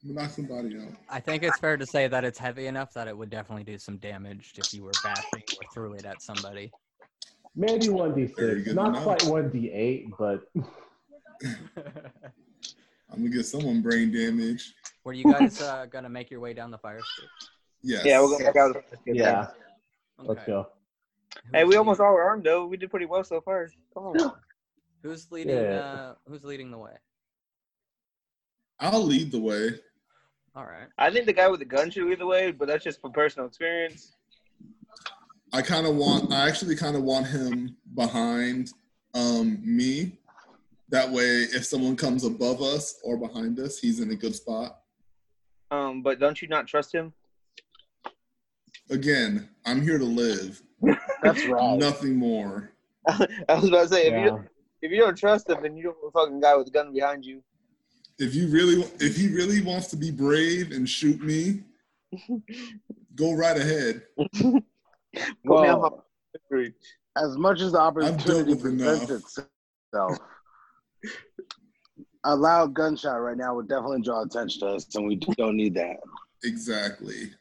C: Yeah. Knock somebody out.
A: I think it's fair to say that it's heavy enough that it would definitely do some damage if you were bashing or threw it at somebody.
D: Maybe one d
C: Very
D: six,
C: good
D: not
C: amount.
D: quite one d eight, but
C: I'm gonna get someone brain damage.
A: Were you guys uh, gonna make your way down the fire escape?
C: Yes.
B: Yeah, we're going back out. Let's get
D: yeah,
B: back.
D: let's go.
A: Who's
B: Hey, we
A: leading-
B: almost all were armed though. We did pretty well so far. Come on.
A: Who's leading?
D: Yeah.
A: Uh, who's leading the way?
C: I'll lead the way.
A: All right.
B: I think the guy with the gun should lead the way, but that's just from personal experience.
C: I kind of want. I actually kind of want him behind um, me. That way, if someone comes above us or behind us, he's in a good spot.
B: Um, but don't you not trust him?
C: Again, I'm here to live.
E: That's right.
C: Nothing more.
B: I was about to say if
D: Yeah.
B: you if you don't trust him, then you don't fucking guy with a gun behind you.
C: If you really, if he really wants to be brave and shoot me, go right ahead.
B: Put me on my
E: Well, as much as the opportunity
C: with enough.
E: presents itself, a loud gunshot right now would definitely draw attention to us, and we don't need that.
C: Exactly.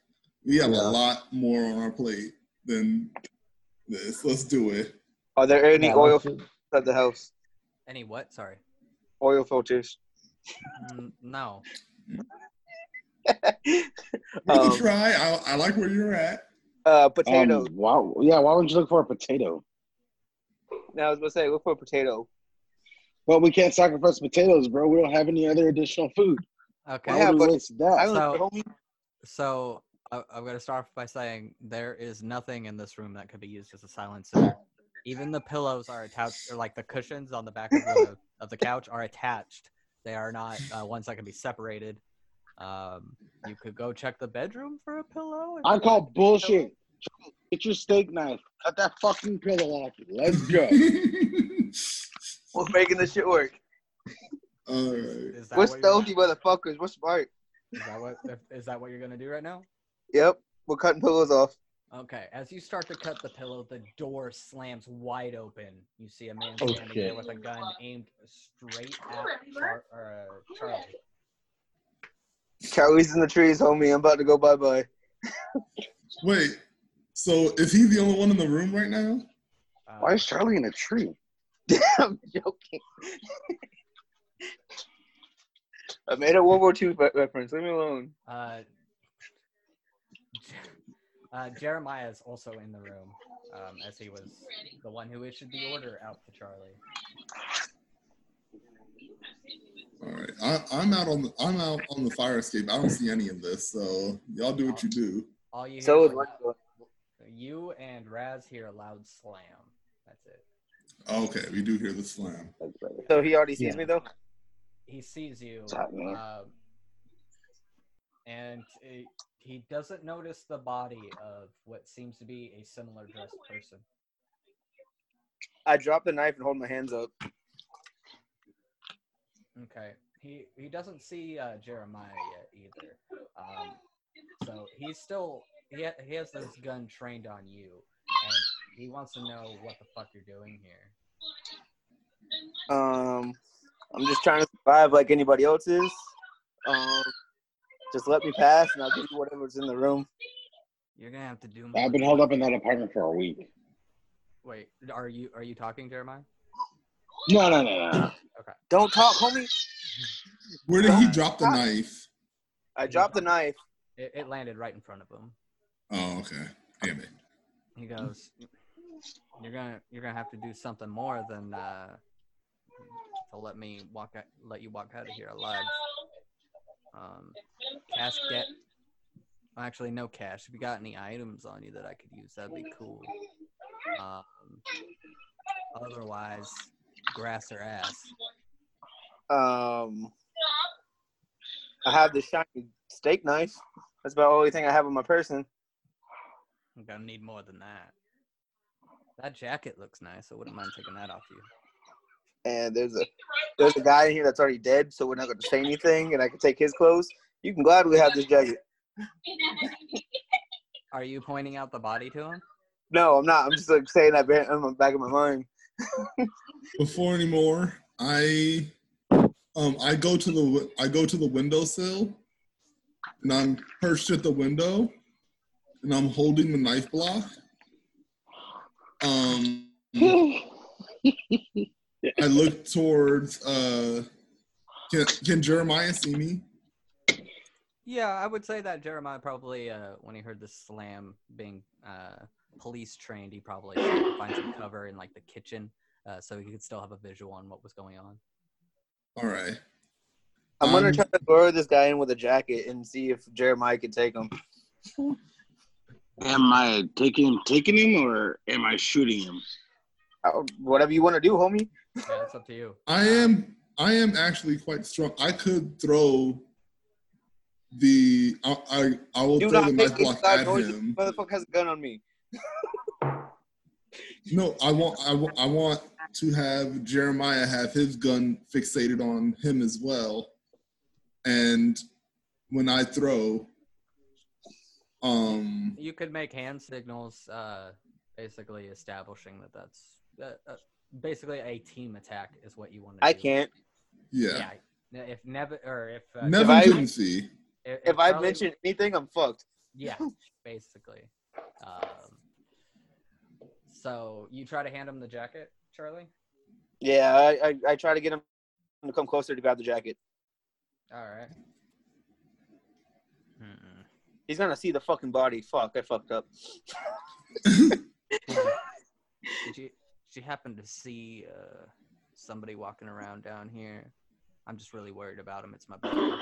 C: We have
E: Yeah.
C: a lot more on our plate than this. Let's do it.
B: Are there any
D: Yeah,
B: oil
D: let's
B: filters
D: ju-
B: at the house?
A: Any what? Sorry.
B: Oil filters.
A: Mm, no.
C: We can
B: Um,
C: try. I, I like where you're at.
B: Uh,
E: Um,
B: potato.
E: wow, yeah. Why would you look for a potato?
B: now I was gonna say look for a potato.
E: Well, we can't sacrifice potatoes, bro. We don't have any other additional food. Why
A: Okay.
B: Yeah,
E: would we
B: but-
E: waste that?
B: I don't know,
A: So-
B: homie.
A: So I, I'm gonna start off by saying there is nothing in this room that could be used as a silencer. Even the pillows are attached, or like the cushions on the back of the of the couch are attached. They are not uh, ones that can be separated. Um, you could go check the bedroom for a pillow. if
E: I
A: you
E: call
A: wanted to-
E: bullshit. Get your steak knife. Cut that fucking pillow off. it. Let's go.
B: We're making this shit work.
C: All right.
A: Is that,
B: We're
A: what you're,
B: stealthy motherfuckers. We're smart.
A: is that what if- is that what you're gonna do right now?
B: Yep. We're cutting pillows off.
A: Okay. As you start to cut the pillow, the door slams wide open. You see a man
D: Oh,
A: standing there
D: shit.
A: with a gun aimed straight at Char- or, uh, Charlie.
B: Cowie's in the trees, homie. I'm about to go bye bye.
C: Wait. So is he the only one in the room right now?
A: Um,
E: Why is Charlie in a tree?
B: I'm joking. I made a World War II re- reference. Leave me alone.
A: Uh, Je- uh, Jeremiah is also in the room, um, as he was the one who issued the order out to Charlie.
C: All right. I, I'm out on the I'm out on the fire escape. I don't see any of this. So y'all do what you do.
A: All you hear
B: So
A: is
B: is
A: a-
B: Lenzo.
A: you and Raz hear a loud slam. That's it.
C: Okay, we do hear the slam.
E: That's better.
B: So he already sees
D: Yeah.
B: me though.
A: He sees you,
E: What's happening?
A: um, and it, he doesn't notice the body of what seems to be a similar dressed person.
B: I drop the knife and hold my hands up.
A: Okay. He he doesn't see uh, Jeremiah yet either. Um, so he's still he ha- he has this gun trained on you, and He wants to know what the fuck you're doing here.
B: Um, I'm just trying to survive like anybody else is. Um, just let me pass, and I'll give you whatever's in the room.
A: You're gonna have to do.
E: I've been held up in that apartment for a week.
A: Wait, are you are you talking, Jeremiah?
E: No, no, no, no.
B: Don't talk, homie.
C: Where did he drop the knife?
B: I dropped the knife.
A: It, it landed right in front of him.
C: Oh, okay. Damn it.
A: He goes, "You're gonna you're gonna have to do something more than uh, to let me walk out, let you walk out of here alive." Um, cash get. Actually, no cash. If you got any items on you that I could use, that'd be cool. Um, otherwise, grass or ass.
B: Um, I have this shiny steak knife. That's about the only thing I have on my person.
A: I'm gonna need more than that. That jacket looks nice. I wouldn't mind taking that off you.
B: And there's a there's a guy in here that's already dead, so we're not going to say anything. And I can take his clothes. You can gladly have this jacket.
A: Are you pointing out the body to him?
B: No, I'm not. I'm just like saying that in the back of my mind.
C: Before anymore, I um I go to the wi- I go to the windowsill and I'm perched at the window and I'm holding the knife block. Um I look towards uh can can Jeremiah see me?
A: Yeah, I would say that Jeremiah probably, uh, when he heard the slam being uh, police trained, he probably finds some cover in like the kitchen, uh, so he could still have a visual on what was going on.
C: All right.
B: I'm gonna
C: Um,
B: try to lure this guy in with a jacket and see if Jeremiah can take him.
E: Am I taking him, taking him, or am I shooting him?
B: Uh, Whatever you want to do, homie.
A: Yeah, it's up to you. Uh,
C: I am I am actually quite strong. I could throw the I I, I will
B: Do
C: throw
B: not
C: the
B: make
C: knife
B: any
C: block
B: loud
C: at
B: noises.
C: him.
B: Motherfucker has a gun on me.
C: No, I want I want I want to have Jeremiah have his gun fixated on him as well. And when I throw um
A: You could make hand signals, uh, basically establishing that that's uh, uh, basically a team attack is what you want to.
B: I
A: do.
B: can't.
C: yeah.
A: Yeah. If never or if uh,
C: Nevin
B: I-
C: couldn't see.
A: if,
B: If I
A: Crowley-
B: mention anything, I'm fucked.
A: Yeah, basically. Um, so you try to hand him the jacket, Charlie.
B: Yeah, I, I, I try to get him to come closer to grab the jacket.
A: All right. Mm-mm.
B: He's gonna see the fucking body. Fuck, I fucked up.
A: Did you did you happen to see uh, somebody walking around down here? I'm just really worried about him. It's my brother.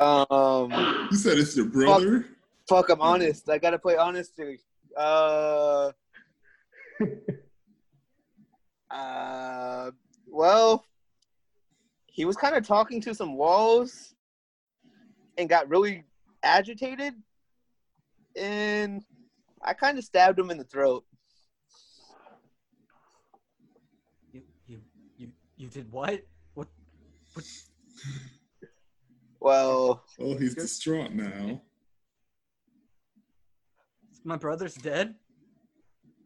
B: Um,
C: You said it's your brother?
B: fuck, I'm honest. I gotta play honesty. Uh, uh, well, he was kind of talking to some walls and got really agitated, and I kind of stabbed him in the throat.
A: You you you you did what? What?
B: Well,
C: Oh, he's distraught now.
A: My brother's dead.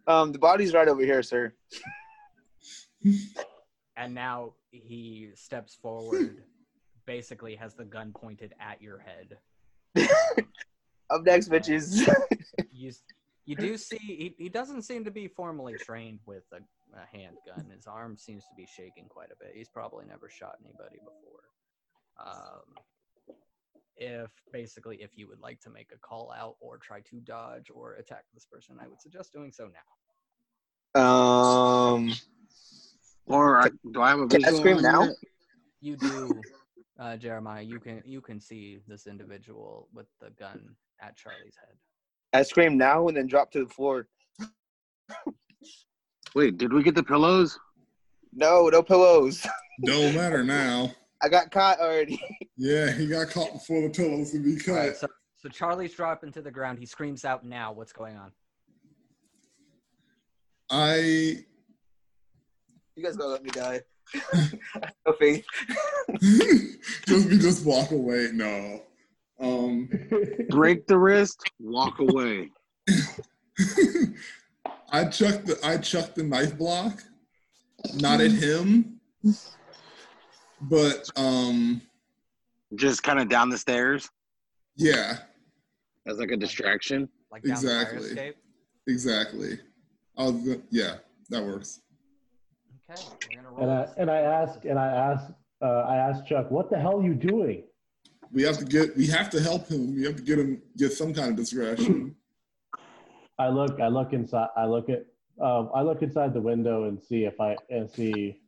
B: um, the body's right over here, sir.
A: And now he steps forward. basically, has the gun pointed at your head.
B: Up next, bitches.
A: you s- you do see he, he doesn't seem to be formally trained with a, a handgun his arm seems to be shaking quite a bit he's probably never shot anybody before um, if basically if you would like to make a call out or try to dodge or attack this person i would suggest doing so now
B: um,
E: Or I, do I have a
B: Can I
E: visual
B: scream
E: on
B: now?
E: it?
A: you do uh, jeremiah you can you can see this individual with the gun at charlie's head
B: I screamed now and then dropped to the floor.
E: Wait, did we get the pillows?
B: No, no pillows.
C: Don't matter now.
B: I got caught already.
C: Yeah, he got caught before the pillows could be
A: All
C: cut.
A: right, so, so charlie's dropping to the ground he screams out now what's going on
C: I
B: You guys gotta let me die. no faith.
C: just we just walk away. No. Um
E: Break the wrist, walk away.
C: I chucked the I chucked the knife block, not at him, but um
E: Just kind of down the stairs
C: yeah,
E: as like a distraction.
A: Like down the fire
C: Exactly.
A: escape.
C: exactly. I was go- yeah, that works.
A: Okay, we're gonna roll.
D: And I
A: this.
D: and I ask and I ask uh, I asked Chuck, what the hell are you doing?
C: We have to get we have to help him. We have to get him get some kind of distraction.
D: I look I look inside I look at um, I look inside the window and see if I and see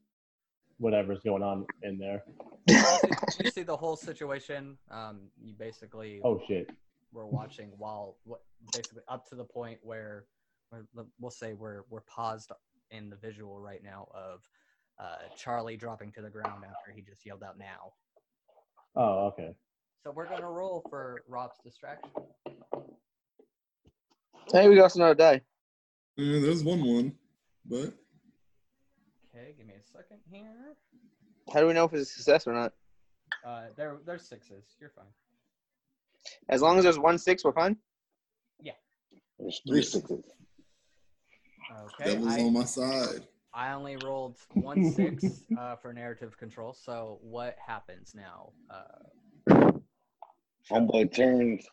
D: whatever's going on in there.
A: you see the whole situation. Um, you basically
D: Oh shit.
A: were watching while what basically up to the point where where the- we'll say we're we're paused in the visual right now of uh, Charlie dropping to the ground after he just yelled out now.
D: Oh, okay.
A: So we're gonna roll for Rob's distraction.
B: Hey, we got another die.
C: Eh, there's one one, but
A: Okay, give me a second here.
B: How do we know if it's a success or not?
A: Uh, there there's sixes. You're fine.
B: As long as there's one six, we're fine.
E: There's three sixes.
A: Okay,
C: that was
A: I-
C: on my side.
A: I only rolled one six uh, for narrative control. So what happens now? Uh,
E: Homeboy turns.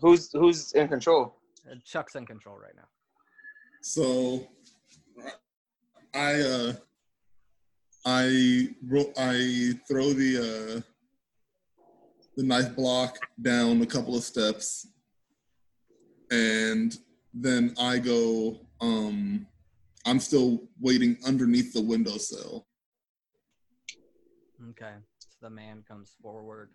B: Who's who's in control?
A: Uh, Chuck's in control right now.
C: So I uh I ro- I throw the uh the knife block down a couple of steps and then I go um I'm still waiting underneath the windowsill.
A: Okay, so the man comes forward.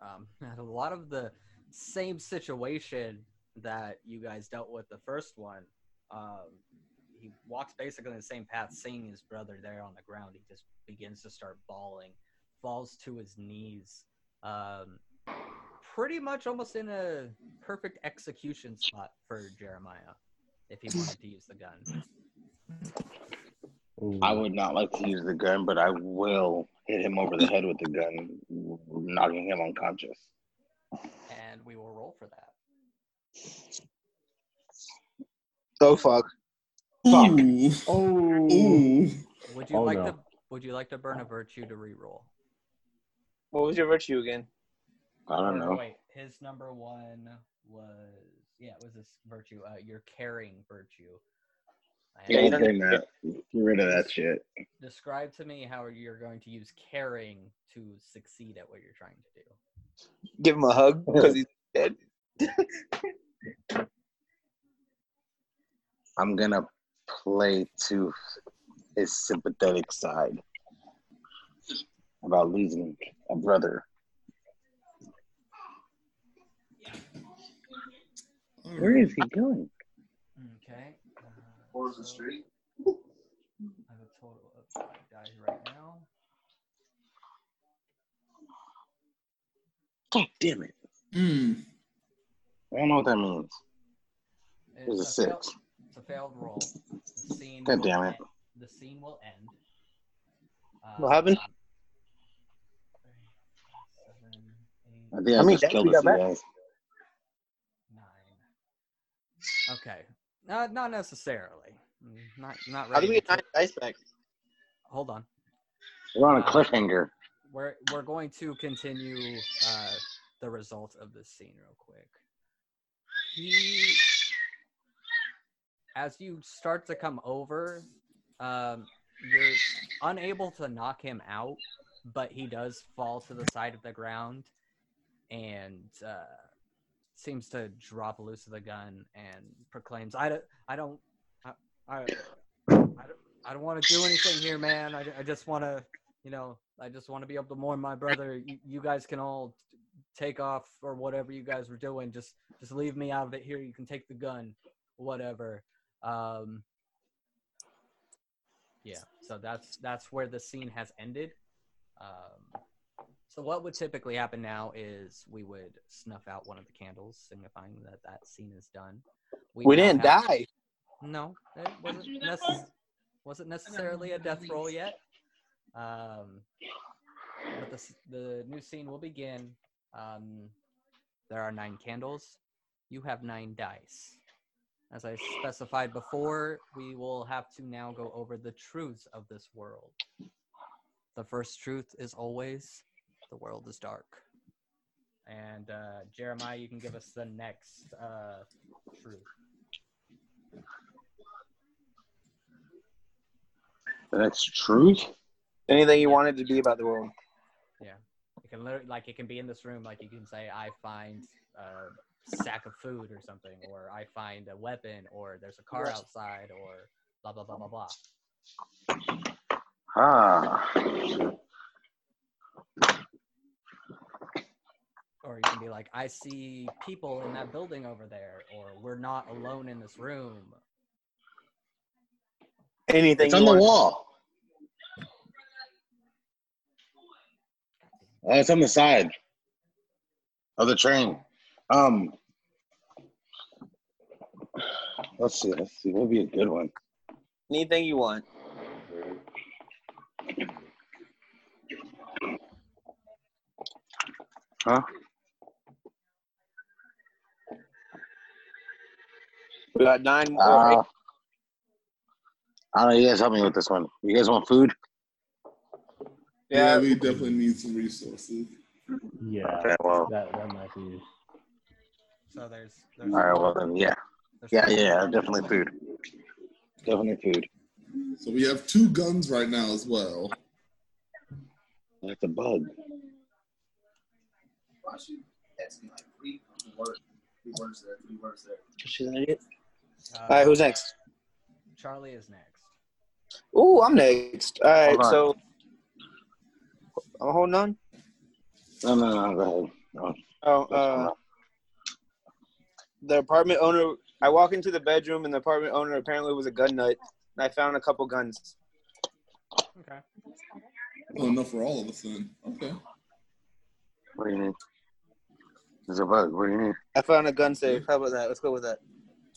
A: Um, and a lot of the same situation that you guys dealt with the first one. Um, he walks basically the same path, seeing his brother there on the ground. He just begins to start bawling, falls to his knees, um, pretty much almost in a perfect execution spot for Jeremiah if he wanted to use the gun.
D: Ooh.
E: I would not like to use the gun, but I will hit him over the head with the gun, knocking him unconscious.
A: And we will roll for that.
B: Oh fuck. Fuck.
C: Ooh.
D: Oh.
C: Ooh.
A: Would you
D: Oh,
A: like
D: no.
A: to? Would you like to burn a virtue to re-roll?
B: What was your virtue again?
E: I don't
A: Or,
E: know.
A: Wait, his number one was yeah, it was this virtue, uh, your caring virtue. And
E: Yeah,
B: you
E: you
B: don't-
E: that. Get rid of that shit.
A: Describe to me how you're going to use caring to succeed at what you're trying to do.
B: Give him a hug because he's dead.
E: I'm gonna play to his sympathetic side about losing a brother.
C: All
E: Where
C: right.
E: is he going?
A: Okay. Uh, so
B: street?
A: I have a total of five dice right now.
E: God damn it!
C: Mm.
E: I don't know what that means. It
A: It's
E: was a
A: fail-
E: six.
A: it's a failed roll. The scene.
E: God
A: will
E: damn it.
A: end- The scene will end.
B: What happened?
A: Um, seven, eight,
E: I think
B: How
E: I
B: many
E: just
B: dice
E: killed
B: we got
E: this
B: back?
E: guy.
A: Nine. Okay. No, not necessarily. Mm, Not not
B: How
A: ready.
B: do we get
A: to-
B: nine dice back?
A: Hold on.
E: We're on a cliffhanger.
A: We're we're going to continue uh, the results of this scene real quick. He, as you start to come over, um, you're unable to knock him out, but he does fall to the side of the ground, and uh, seems to drop loose of the gun and proclaims, "I don't, I don't, I, I, I don't, I don't want to do anything here, man. I, I just want to, you know, I just want to be able to mourn my brother. You, you guys can all take off or whatever you guys were doing. Just, just leave me out of it here. You can take the gun, whatever." Um, yeah, so that's that's where the scene has ended. Um, so what would typically happen now is we would snuff out one of the candles, signifying that that scene is done.
B: We
A: now
B: didn't
A: have-
B: die.
A: No, it wasn't, necess- wasn't necessarily a death roll yet. Um, but the s- the new scene will begin. Um, there are nine candles. You have nine dice. As I specified before, we will have to now go over the truths of this world. The first truth is always the world is dark. And uh, Jeremiah, you can give us the next uh, truth.
E: The next truth.
B: Anything you wanted to be about the world.
A: It can literally, like, it can be in this room. Like, you can say, "I find a sack of food" or something, or "I find a weapon," or "There's a car outside," or blah blah blah blah blah.
E: Ah.
A: Or you can be like, "I see people in that building over there," or "We're not alone in this room."
B: Anything.
E: It's
B: you
E: on the
B: wanted-
E: wall. Uh, it's on the side of the train. Um, let's see. Let's see. What would be a good one?
B: Anything you want.
E: Huh?
B: We got nine more.
E: Uh, I don't know. You guys help me with this one. You guys want food?
C: Yeah,
B: yeah.
C: we definitely need some resources.
D: Yeah,
E: Okay. Well.
D: that, that might be.
A: So there's,
E: All
A: there's
E: right. Well then. Yeah.
A: there's
E: Yeah. Yeah. Definitely food. Definitely food.
C: So we have two guns right now as well.
E: That's a bug.
A: Uh,
B: All right, who's next?
A: Charlie is next.
B: Ooh, I'm next. All right,
E: Hold on. Oh,
B: so I'm holding on.
E: No. No. No. Go ahead. No.
B: Oh, uh, the apartment owner. I walk into the bedroom, and the apartment owner apparently was a gun nut, and I found a couple guns.
A: Okay.
C: Oh, enough for all of us then. Okay.
E: What do you need? There's a bug. What do you need?
B: I found a gun safe. How about that? Let's go with that.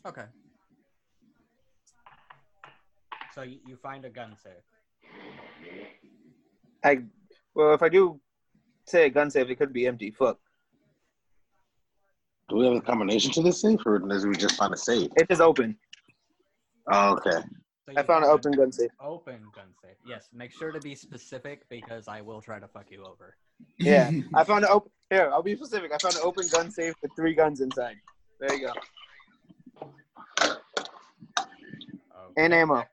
A: Okay. So you, you find a gun safe.
B: I well, if I do say a gun safe, it could be empty. Fuck.
E: Do we have a combination to this safe, or does we just find a safe?
B: It is open.
E: Oh, okay.
A: So
B: I
A: you
B: found an
A: find
B: open gun safe.
A: Open gun safe. Yes. Make sure to be specific because I will try to fuck you over.
B: Yeah, I found an open. Here, I'll be specific. I found an open gun safe with three guns inside. There you go.
A: Okay.
B: And ammo.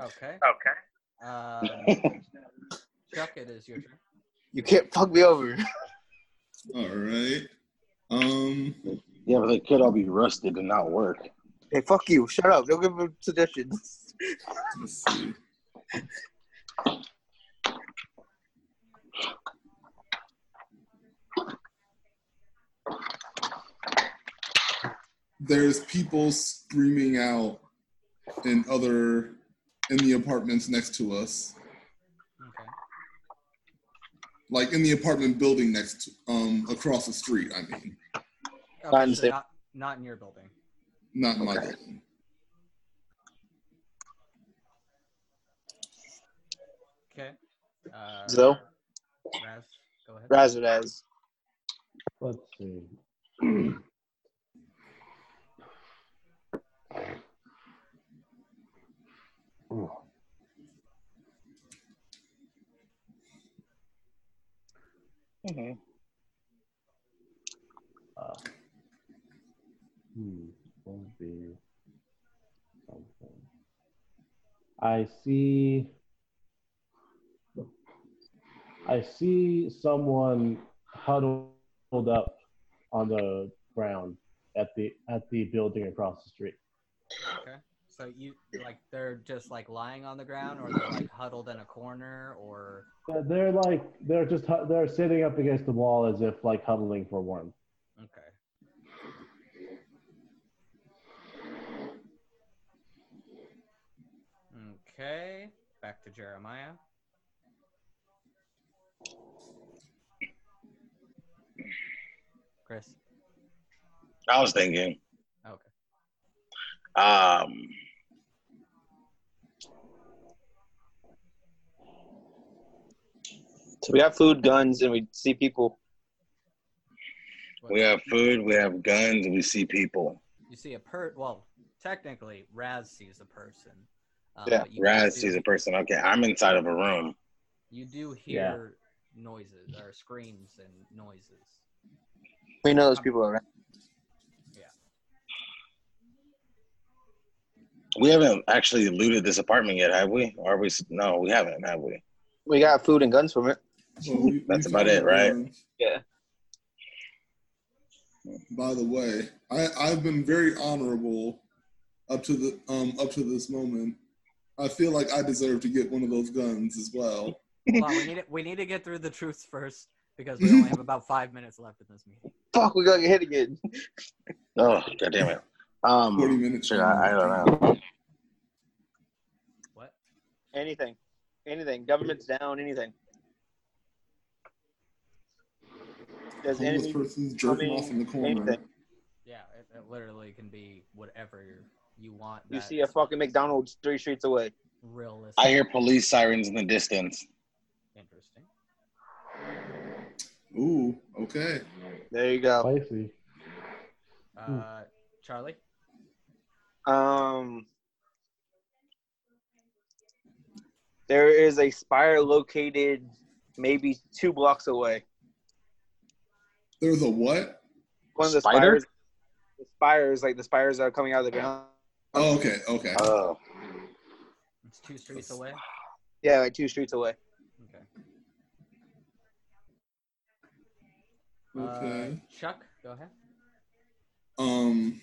A: Okay.
B: Okay.
A: Uh, Chuck, it is your turn.
B: You can't fuck me over.
C: all right. Um.
E: Yeah, but they could all be rusted and not work.
B: Hey, fuck you. Shut up. Don't give me suggestions.
C: Let's see. There's people screaming out in other in the apartments next to us,
A: Okay.
C: like in the apartment building next to, um across the street. I mean,
A: Okay, so
B: understand.
A: not, not in your building.
C: not in my
E: Okay.
C: building.
A: Okay. Uh,
B: Zo?
A: Raz, go ahead.
B: Razzardazz.
D: Let's see. Uh, Uh, hmm, what would be something? I see. I see someone huddled up on the ground at the at the building across the street.
A: Okay. So you like they're just like lying on the ground, or they're like huddled in a corner, or
D: Uh, They're like they're just hu- they're sitting up against the wall as if like huddling for warmth.
A: okay. Okay. Back to Jeremiah. Chris.
E: I was thinking.
A: Okay.
E: Um,
B: We got food, guns, and we see people.
A: what
E: We have food, we have guns, and we see people.
A: you see a per. Well, technically, Raz sees a person. Um,
B: Yeah,
A: but you
E: Raz
A: do-
E: sees a person. Okay, I'm inside of a room.
A: You do
D: Yeah.
A: hear noises or screams and noises.
B: We know those people around.
E: We haven't actually looted this apartment yet, have we? Or Are we? s- No, we haven't, have we?
B: We got food and guns from it.
C: Well, we- we
E: That's about
C: found
E: it,
C: that
E: right?
C: one.
B: Yeah.
C: By the way, I, I've been very honorable up to the um up to this moment. I feel like I deserve to get one of those guns as well.
A: Hold on, we need to, we need to get through the truths first because we only have about five minutes left in this meeting.
B: Fuck, we got hit again.
E: Oh, god damn it. Um,
C: 40 minutes.
E: Shit, I, I don't know.
A: What?
B: Anything, anything. Government's down. Anything. Does
C: Homeless
B: enemy
C: person's jerking
B: coming,
C: off in the corner.
B: anything?
A: Yeah, it, it literally can be whatever you want.
B: You
A: that
B: see a
A: is
B: fucking McDonald's three streets away.
A: realistic.
E: I hear police sirens in the distance.
A: Interesting.
C: Ooh, okay.
B: There you go.
D: Spicy.
A: Uh, Charlie,
B: Um, there is a spire located maybe two blocks away.
C: There's a what?
B: One of the
E: Spider?
B: spires, the spires like the spires that are coming out of the ground.
C: Oh, okay, okay.
B: Uh,
E: Oh,
A: it's two streets away.
B: Yeah, like two streets away.
A: Okay.
C: Okay.
A: Uh, Chuck, go ahead.
C: Um.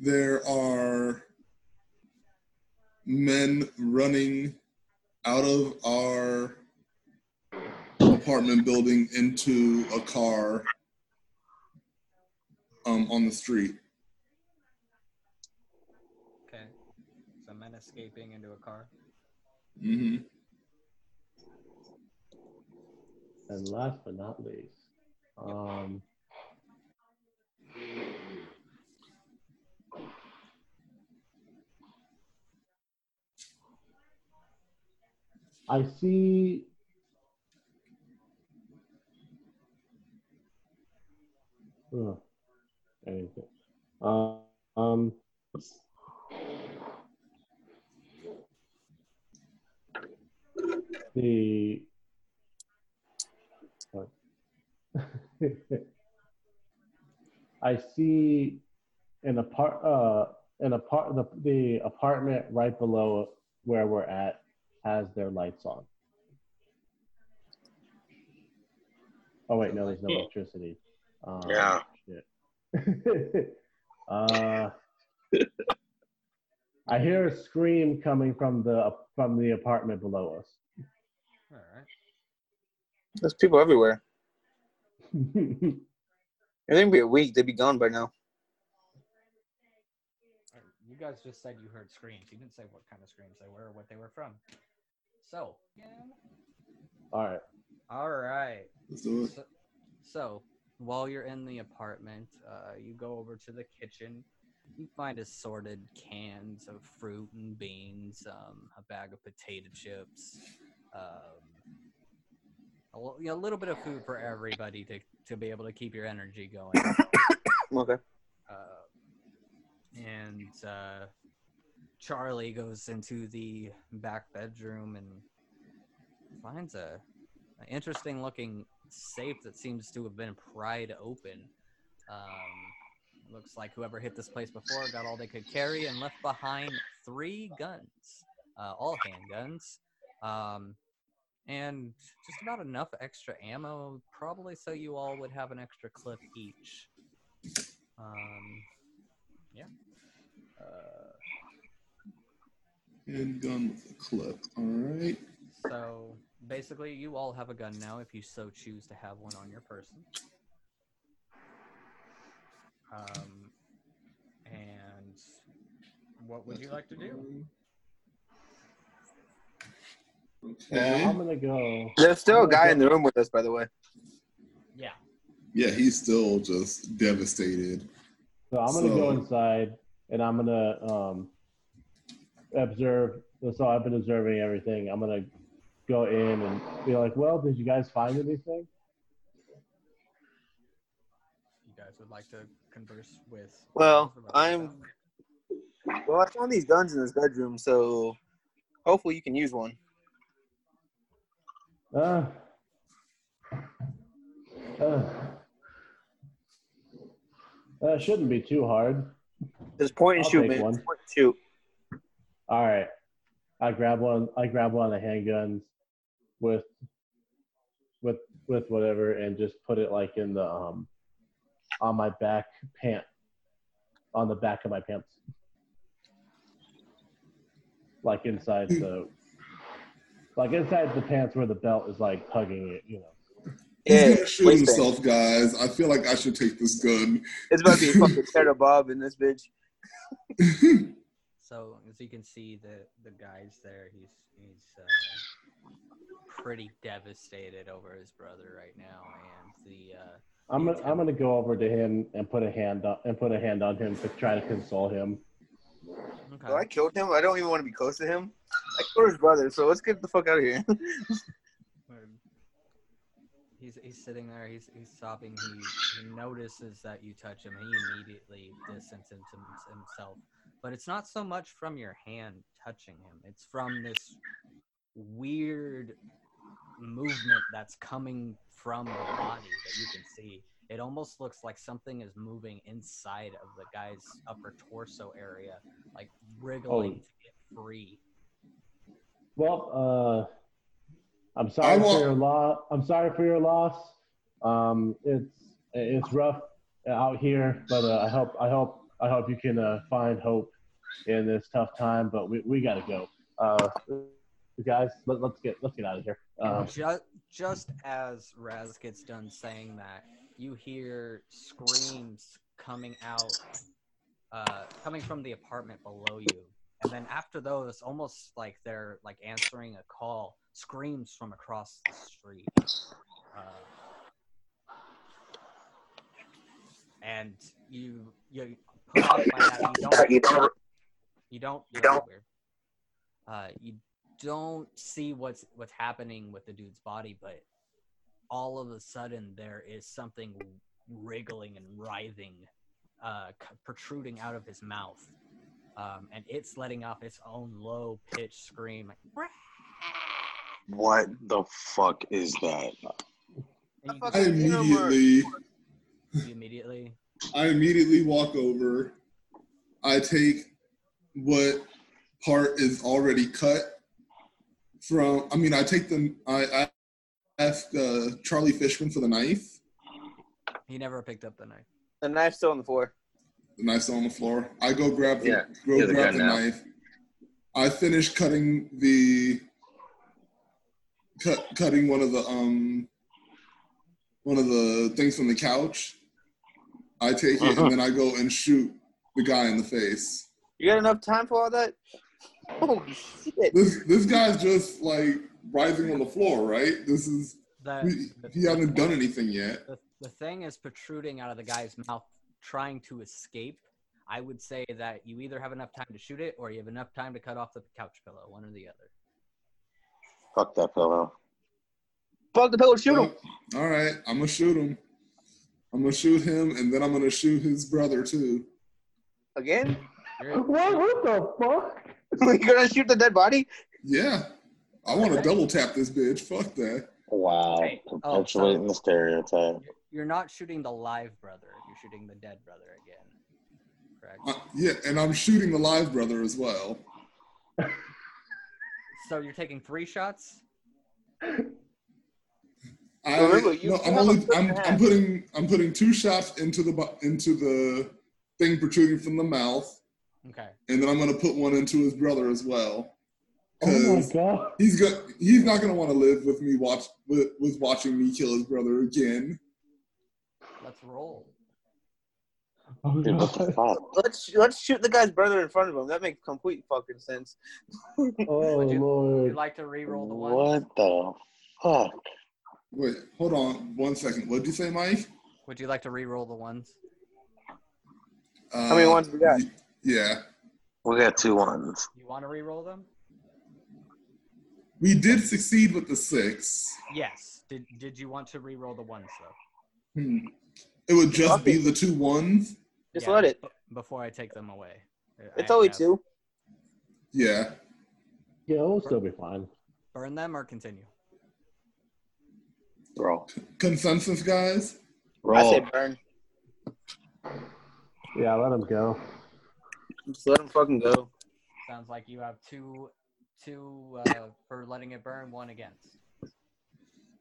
C: There are men running out of our apartment building into a car um, on the street.
A: Okay. So men escaping into a car.
C: hmm
D: And last but not least, um, I see. Ugh, anything. Uh, um, the I see an apart uh an apart the, the apartment right below where we're at has their lights on. Oh wait, no, there's no electricity. Um,
E: yeah.
D: shit. uh, I hear a scream coming from the from the apartment below us.
A: All right.
B: There's people everywhere. If they'd be a week, they'd be gone by now.
A: All right. You guys just said you heard screams. You didn't say what kind of screams they were or what they were from. So.
D: All right.
A: All right.
C: Let's do it.
A: So, so while you're in the apartment, uh, you go over to the kitchen. You find assorted cans of fruit and beans, um, a bag of potato chips, um, a, lo- yeah, a little bit of food for everybody to, to be able to keep your energy going.
B: Okay.
A: Uh, and uh, Charlie goes into the back bedroom and finds a, an interesting looking safe that seems to have been pried open. Um, looks like whoever hit this place before got all they could carry and left behind three guns, uh, all handguns. Um, and just about enough extra ammo, probably so you all would have an extra clip each. Um, yeah. Uh,
C: And gun with a clip. All right.
A: so basically, you all have a gun now if you so choose to have one on your person. Um, and what would you like to do?
D: Well, I'm
C: Okay.
D: gonna go.
B: There's still
D: I'm
B: a
D: gonna
B: guy
D: go-
B: in the room with us, by the way.
A: Yeah.
C: Yeah, he's still just devastated.
D: So I'm gonna go
C: So-
D: inside and I'm gonna um, observe. So I've been observing everything. I'm gonna go in and be like, "Well, did you guys find anything?"
A: You guys would like to converse with.
B: Well,
A: with the
B: I'm-
A: rest
B: Well, I found these guns in his bedroom, so hopefully you can use one.
D: Uh, uh, that shouldn't be too hard.
B: Just point and
D: I'll
B: shoot,
D: take
B: man.
D: one.
B: Just point and shoot.
D: All right, I grab one. I grab one of the handguns with with with whatever, and just put it like in the um on my back pant on the back of my pants, like inside the like inside the pants where the belt is like hugging it, you know.
C: He's
B: Yeah,
C: gonna shoot
B: waistband.
C: himself, guys. I feel like I should take this gun.
B: It's about to be fucking Sarah Bob in this bitch.
A: So as you can see, the the guy's there. He's he's uh, pretty devastated over his brother right now, and the uh,
D: I'm
A: You
D: gonna,
A: too.
D: I'm gonna go over to him and put a hand on and put a hand on him to try to console him.
B: So I killed him. I don't even want to be close to him. I killed his brother, so let's get the fuck out of here.
A: Word. He's he's sitting there. He's he's sobbing. He, he notices that you touch him. He immediately distances him, himself. But it's not so much from your hand touching him. It's from this weird movement that's coming from the body that you can see. It almost looks like something is moving inside of the guy's upper torso area, like wriggling to get free.
D: Well, uh, I'm sorry
C: want-
D: for your loss. I'm sorry for your loss. Um, it's it's rough out here, but uh, I hope I hope I hope you can uh, find hope in this tough time. But we, we gotta go, uh, guys. Let, let's get let's get out of here. Um,
A: just, just as Raz gets done saying that, you hear screams coming out, uh, coming from the apartment below you. And then after those, almost like they're like answering a call, screams from across the street. Uh, and you you put out by that you don't you don't. You don't. Weird. Uh, you don't see what's what's happening with the dude's body, but all of a sudden there is something wriggling and writhing, uh, c- protruding out of his mouth, um, and it's letting off its own low pitched scream. Like, "Rah!"
E: What the fuck is that?
A: and you,
C: I
A: can
B: Fucking
C: immediately,
A: see you immediately.
C: I immediately walk over. I take what part is already cut from. I mean, I take them. I, I ask uh, Charlie Fishman for the knife.
A: He never picked up the knife.
B: The knife's still on the floor.
C: The knife's on the floor. I go grab the,
E: Yeah,
C: go
E: you're the
C: grab
E: gun
C: the
E: now.
C: knife. I finish cutting the cut, cutting one of the um one of the things from the couch. I take it
E: Uh-huh.
C: and then I go and shoot the guy in the face.
B: You got enough time for all that? Oh shit!
C: This this guy's just like writhing on the floor, right? This is
A: The,
C: we, he hasn't done anything yet.
A: the, the thing is protruding out of the guy's mouth trying to escape i would say that you either have enough time to shoot it or you have enough time to cut off the couch pillow one or the other
E: Fuck that pillow.
B: Fuck the pillow, shoot him.
C: All right, I'm gonna shoot him. I'm gonna shoot him, and then I'm gonna shoot his brother too.
B: Again?
A: You're-
D: what the fuck?
B: You're gonna shoot the dead body?
C: Yeah. I want to double tap this bitch. Fuck that.
E: Wow.
A: Hey. Oh,
E: Perpetuating the stereotype.
A: you're not shooting the live brother you're shooting the dead brother again
C: Uh,
A: correct
C: yeah, and I'm shooting the live brother as well.
A: so you're taking three shots
C: I,
B: Remember, you-
C: no,
B: you
C: I'm
B: have a
C: only
B: foot and
C: I'm,
B: a
C: I'm
B: half.
C: putting I'm putting two shots into the bu- into the thing protruding from the mouth,
A: okay
C: and then I'm gonna put one into his brother as well.
D: Oh my
C: Cause
D: god!
C: he's go- he's not gonna want to live with me watch with, with watching me kill his brother again.
A: let's roll
D: Oh
E: Dude, what
D: god!
E: the fuck?
B: Let's let's shoot the guy's brother in front of him. That makes complete fucking sense.
D: Oh
A: Would you-
D: lord!
A: you'd like to re-roll the one
E: What the fuck?
C: Wait, hold on one second. What'd you say, Mike?
A: would you like to re-roll the ones
C: Uh,
B: How many ones we got?
C: y- Yeah.
E: We got two ones.
A: you want to re-roll them
F: We did succeed with the six.
A: Yes. Did Did you want to re-roll the ones though?
F: Hmm. It would just
B: Fuck
F: be
B: it.
F: the two ones.
B: Just
A: Yeah,
B: let it.
A: b- Before I take them away. I have
B: It's
A: to
B: only
A: have-
B: two.
F: Yeah.
D: Yeah, it'll still be fine.
A: Burn them or continue.
E: Roll.
F: Consensus, guys.
B: I
E: Roll.
B: say burn.
D: Yeah, let him go.
B: Just let them fucking go.
A: Sounds like you have two, two uh, for letting it burn, one against.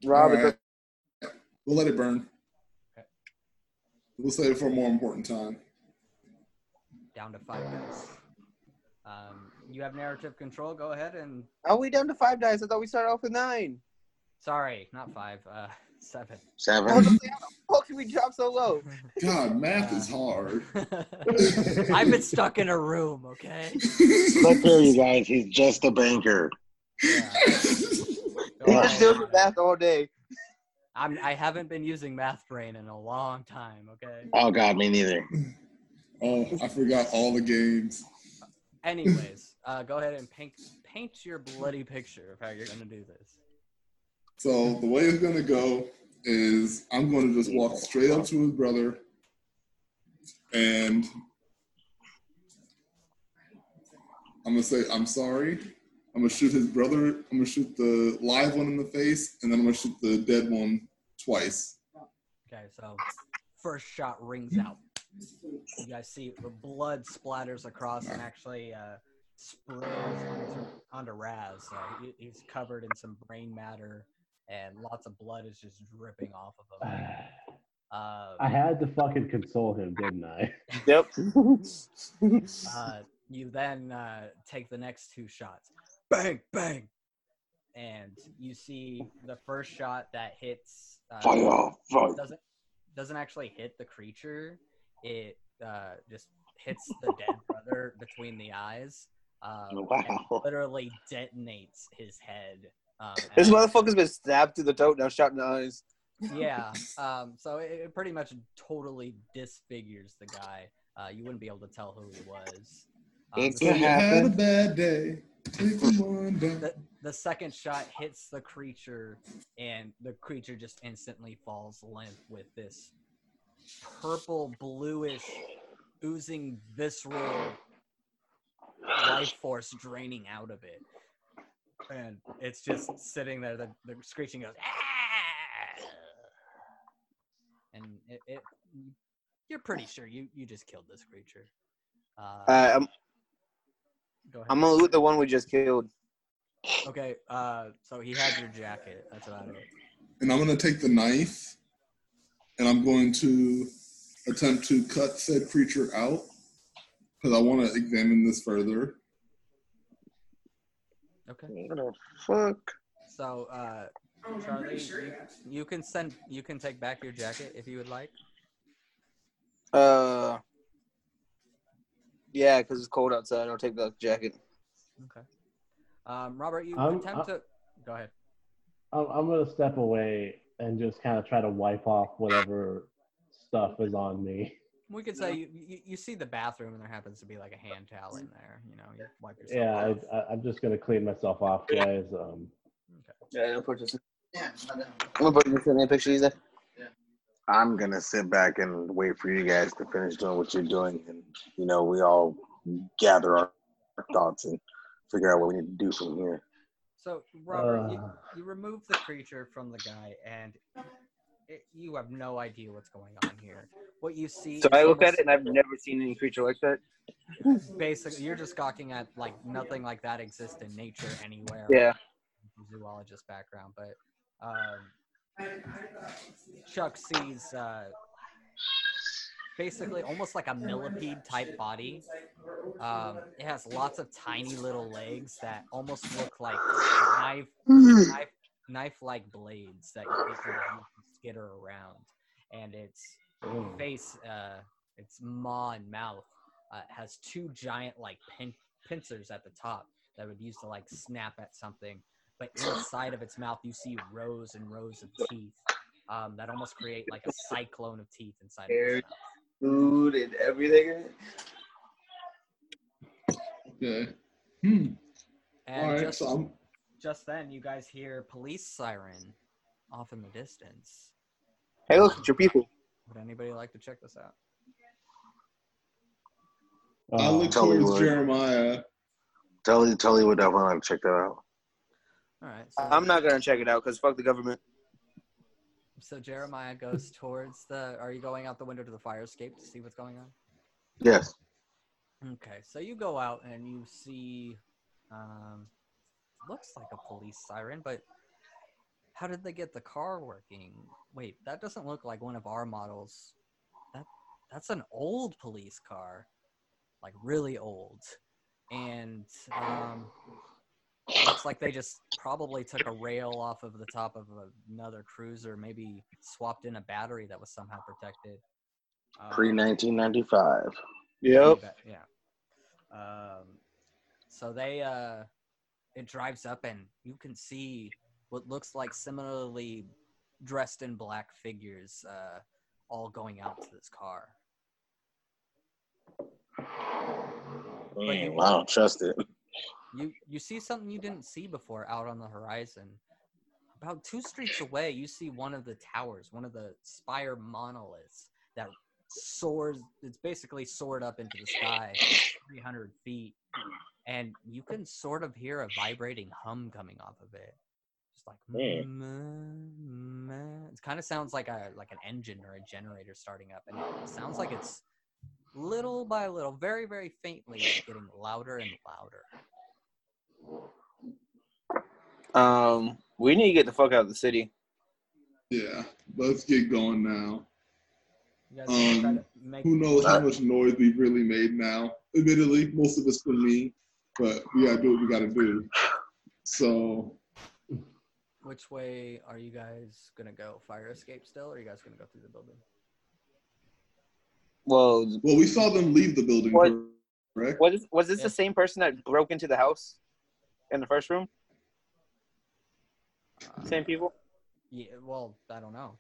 B: Rob,
F: All
B: it's
F: right. We'll let it burn.
A: Okay.
F: We'll save it for a more important time.
A: Down to five dice. Um, you have narrative control. Go ahead and
B: Are we down to five dice? I thought we started off with nine.
A: sorry, not five, uh, seven.
B: I was
E: Seven.
B: just like, how the fuck did we drop so low?
F: God, math
A: Yeah.
F: is hard.
A: I've been stuck in a room. Okay.
E: Look here, you guys. He's just a banker.
A: Yeah.
B: He
A: Don't
B: just
A: worry
B: deals with
A: about it.
B: math all day.
A: I'm, I haven't been using math brain in a long time. Okay.
E: Oh God, me neither.
F: oh, I forgot all the games.
A: Anyways, uh, go ahead and paint paint your bloody picture of how you're gonna do this.
F: So the way it's gonna go is I'm gonna just walk straight up to his brother and I'm gonna say, I'm sorry. I'm gonna shoot his brother, I'm gonna shoot the live one in the face, and then I'm gonna shoot the dead one twice.
A: Okay, so first shot rings out. You guys see the blood splatters across and actually uh, sprays onto, onto Raz. Uh, he, he's covered in some brain matter, and lots of blood is just dripping off of him.
D: I
A: Um,
D: had to fucking console him, didn't I?
B: Yep.
A: uh, you then uh, take the next two shots. Bang, bang. And you see the first shot that hits. Uh,
E: Fire. Fire.
A: doesn't doesn't actually hit the creature. It uh, just hits the dead brother between the eyes. Um, and
E: Wow.
A: literally detonates his head. Um,
B: this
A: as-
B: motherfucker's been stabbed through the throat now shot in the eyes.
A: Yeah. Um, so it, it pretty much totally disfigures the guy. Uh, you wouldn't be able to tell who he was. Um,
E: It
A: the
F: So you
E: could
F: had a
E: happen.
F: bad day. Take the one down.
A: the, the second shot hits the creature and the creature just instantly falls limp with this purple bluish oozing visceral life force draining out of it and it's just sitting there the, the screeching goes "Ah!" and it, it you're pretty sure you you just killed this creature uh,
B: Uh, I'm,
A: go ahead.
B: I'm gonna loot the one we just killed.
A: okay uh so he had your jacket that's about it
F: and I'm going to take the knife and I'm going to attempt to cut said creature out because I want to examine this further.
A: okay
E: What the fuck?
A: So, uh, Charlie, you, you can send, you can take back your jacket if you would like.
B: Uh, yeah, because it's cold outside. I'll take the jacket.
A: Okay. Um, Robert, you
D: Um,
A: attempt to go ahead.
D: I'm, I'm gonna step away and just kind of try to wipe off whatever stuff is on me.
A: We could say you, you, you see the bathroom and there happens to be like a hand towel in there. You know, you wipe yourself.
D: Yeah,
A: off.
D: I, I, I'm just gonna clean myself off, guys. Um,
B: Yeah, I'll put this. I'm gonna put this in the picture either.
E: I'm gonna sit back and wait for you guys to finish doing what you're doing, and you know we all gather our thoughts and figure out what we need to do from here.
A: So, Robert, you,
D: uh,
A: you remove the creature from the guy and it, you have no idea what's going on here. What you see is
B: So I look at
A: almost-
B: it and I've never seen any creature like that.
A: basically you're just gawking at like nothing like that exists in nature anywhere.
B: Yeah.
A: zoologist background, but um, Chuck sees uh, basically almost like a millipede type body. Um, it has lots of tiny little legs that almost look like knife knife knife like blades that you can skitter around, and its face, uh, its maw and mouth uh, has two giant like pin- pincers at the top that would use to like snap at something but inside of its mouth you see rows and rows of teeth um, that almost create like a cyclone of teeth inside of its
B: Dude.
A: mouth.
B: Food and everything. in it.
F: Okay. Hmm.
A: And
F: All right.
A: just
F: So I'm
A: just then, you guys hear police siren off in the distance.
B: Hey, look at your people.
A: Would anybody like to check this out?
F: I
D: Uh,
F: look
E: Tully
F: towards
E: would.
F: Jeremiah.
E: Tully, Tully would definitely like to check that out.
A: All right. So,
B: I'm not gonna check it out because fuck the government.
A: so Jeremiah goes towards the. Are you going out the window to the fire escape to see what's going on?
E: Yes.
A: Okay, so you go out and you see, um, looks like a police siren, but how did they get the car working? Wait, that doesn't look like one of our models. That that's an old police car, like really old, and um, looks like they just probably took a rail off of the top of another cruiser, maybe swapped in a battery that was somehow protected. Um,
E: Pre 1995.
B: Yep.
A: Feedback, Yeah. Um, so they uh, it drives up and you can see what looks like similarly dressed in black figures uh, all going out to this car.
E: Mm, I don't trust it.
A: You you see something you didn't see before out on the horizon. About two streets away, you see one of the towers, one of the spire monoliths that soars. It's basically soared up into the sky, 300 feet, and you can sort of hear a vibrating hum coming off of it. Just like
E: Hmm.
A: "Mm, mm." it kind of sounds like a like an engine or a generator starting up, and it sounds like it's little by little, very very faintly, getting louder and louder.
B: Um, we need to get the fuck out of the city.
F: Yeah, let's get going now.
A: You guys wanna try
F: Um,
A: to make
F: Who knows
D: Uh,
F: how much noise we've really made now? Admittedly, most of it's for me, but we gotta do what we gotta do. So
A: Which way are you guys gonna go? Fire escape still, or are you guys gonna go through the building?
B: Well,
F: Well, we saw them leave the building,
B: What?
F: correct?
B: was was this
A: Yeah.
B: the same person that broke into the house in the first room?
A: Uh,
B: Same people?
A: Yeah. Well, I don't know.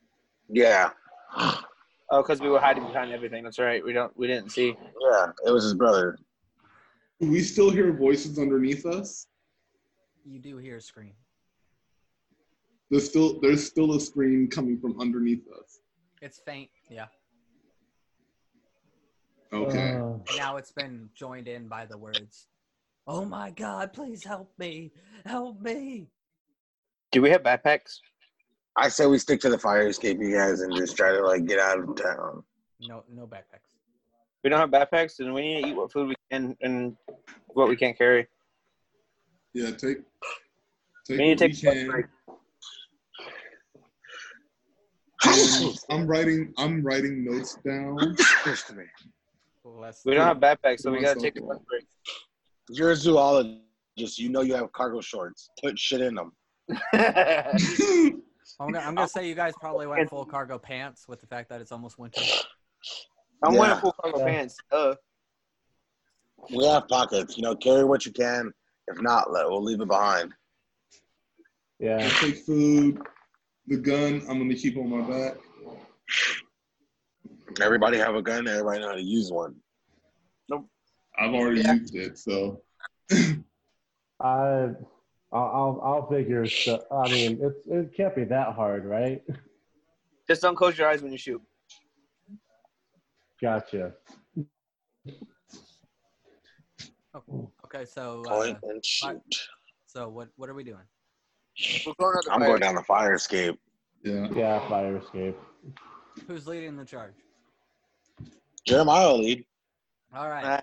E: Yeah.
B: Oh, because we were hiding behind everything. That's right. We don't. We didn't see.
E: Yeah. It was his brother.
F: Do we still hear voices underneath us?
A: You do hear a scream.
F: There's still there's still a scream coming from underneath us.
A: It's faint. Yeah.
F: Okay.
D: uh,
A: And now it's been joined in by the words, "Oh my God! Please help me! Help me!"
B: Do we have backpacks?
E: I say we stick to the fire escape, you guys, and just try to like get out of town.
A: No, no backpacks.
B: We don't have backpacks, and we need to eat what food we can and what we can't carry.
F: Yeah, take take
B: We
F: what
B: need to
F: we
B: take. a lunch
F: can.
B: break.
F: And Um, I'm writing I'm writing notes down.
E: Excuse me.
A: Bless
B: We
A: the-
B: don't have backpacks, so we
F: Give
B: gotta
F: myself
B: take
F: a
B: a lunch
F: while.
B: break.
E: You're a zoologist. You know you have cargo shorts. Put shit in them.
A: I'm gonna, I'm gonna say you guys probably went full cargo pants with the fact that it's almost winter.
B: I'm wearing
E: Yeah.
B: full cargo
D: Yeah.
B: pants. Duh.
E: We have pockets. You know, carry what you can. If not, let, we'll leave it behind.
F: I
D: yeah.
F: take food. The gun I'm gonna keep on my back.
E: Everybody have a gun. Everybody know how to use one.
F: I've already
B: Yeah.
F: used it, so
D: I, I'll, I'll, I'll figure. stu- I mean, it's it can't be that hard, right?
B: Just don't close your eyes when you shoot.
D: Gotcha.
A: Okay, so uh,
E: Point and shoot.
A: so what what are we doing?
B: We're going out the
E: I'm
B: fire.
E: going down the fire escape.
F: yeah.
D: Yeah, fire escape.
A: Who's leading the charge?
E: Jeremiah will lead.
A: All right.
B: Uh,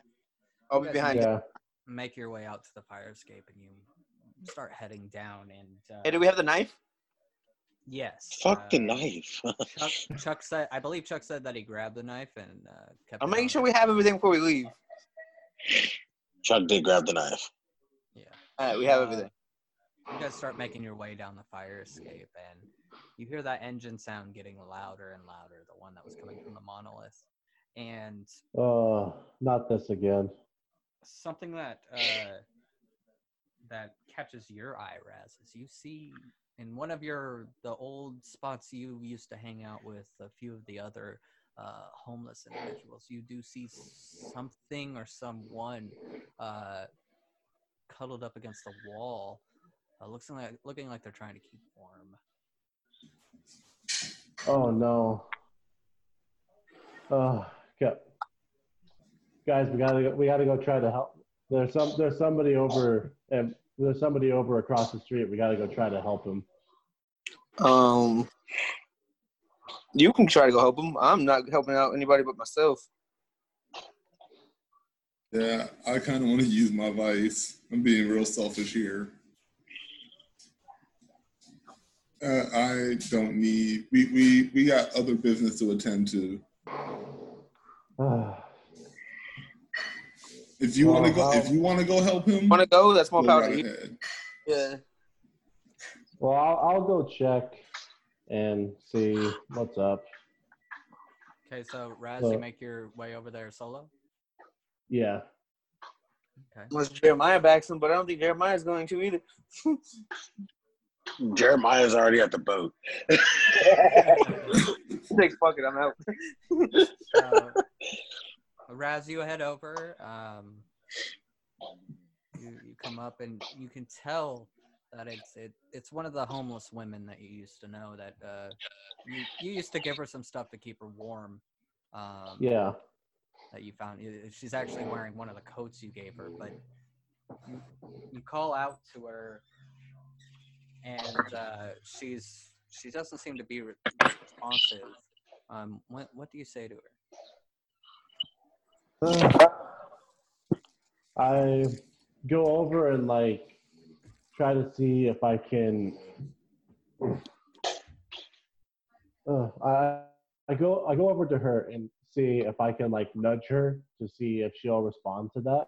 B: I'll be
A: Okay.
B: behind.
D: Yeah.
A: make your way out to the fire escape and you start heading down and uh,
B: Hey, do we have the knife?
A: yes
E: Fuck the
A: uh,
E: knife.
A: chuck, chuck said i believe chuck said that he grabbed the knife and uh, kept it
B: I'm making
A: on
B: sure
A: him.
B: we have everything before we leave.
E: Chuck did grab the knife.
A: yeah
B: All right, we have
A: Uh,
B: everything.
A: you guys start making your way down the fire escape and you hear that engine sound getting louder and louder the one that was coming from the monolith and
D: Oh, not this again.
A: something that uh, that catches your eye, Raz, is you see in one of your the old spots you used to hang out with a few of the other uh, homeless individuals. You do see something or someone uh, cuddled up against the wall, Uh, looks like looking like they're trying to keep warm.
D: Oh no. Oh, God. guys, we gotta go, we gotta go try to help. There's some there's somebody over and there's somebody over across the street. We gotta go try to help him.
B: Um, you can try to go help him. I'm not helping out anybody but myself.
F: Yeah, I kind of want to use my vice. I'm being real selfish here. Uh, I don't need. We, we we got other business to attend to.
D: Ah,
F: If you want to
D: Oh,
F: go,
D: how-
F: if you want to go help him,
B: Want to go? That's more
F: go
B: power
F: right
B: to you.
F: ahead.
B: Yeah.
D: well, I'll, I'll go check and see what's up.
A: Okay, so Raz,
D: So-
A: you make your way over there solo.
D: Yeah.
B: Unless Jeremiah backs him, but I don't think Jeremiah's going to either.
E: Jeremiah's already at the boat.
B: Six, fuck it, I'm out.
A: So, Raz, Uh, you head over. Um, you, you come up and you can tell that it's it, it's one of the homeless women that you used to know that uh, you you used to give her some stuff to keep her warm. Um,
D: Yeah.
A: that you found. Uh, She's actually wearing one of the coats you gave her, but you, you call out to her, and uh, she's she doesn't seem to be re- responsive. Um, what what do you say to her?
D: Uh, I go over and like try to see if I can. Uh, I I go I go over to her and see if I can like nudge her to see if she'll respond to that.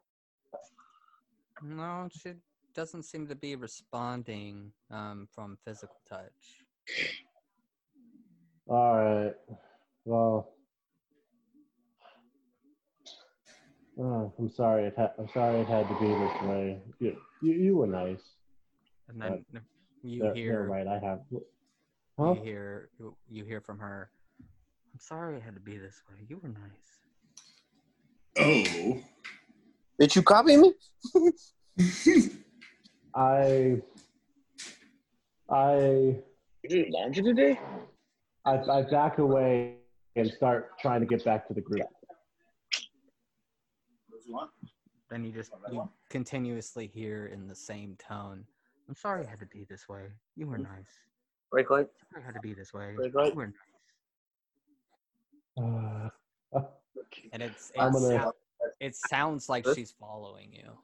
A: No, she doesn't seem to be responding um, from physical touch.
D: All right. Well, uh, I'm sorry. It ha- I'm sorry it had to be this way. You you, you were nice.
A: And then you
D: They're- they're
A: hear
D: right. I have. Huh?
A: you hear you- you hear from her. I'm sorry it had to be this way. You were nice.
F: Oh,
B: Did you copy me?
D: I I
E: You did laundry today?
D: I, I back away and start trying to get back to the group.
A: then you just you continuously hear in the same tone. I'm sorry it had to be this way. You were nice.
B: Right click.
A: Sorry it had to be this way.
B: Right, right.
A: You were nice.
D: Uh,
A: And it's it,
D: I'm gonna-
A: sound, it sounds like she's following you.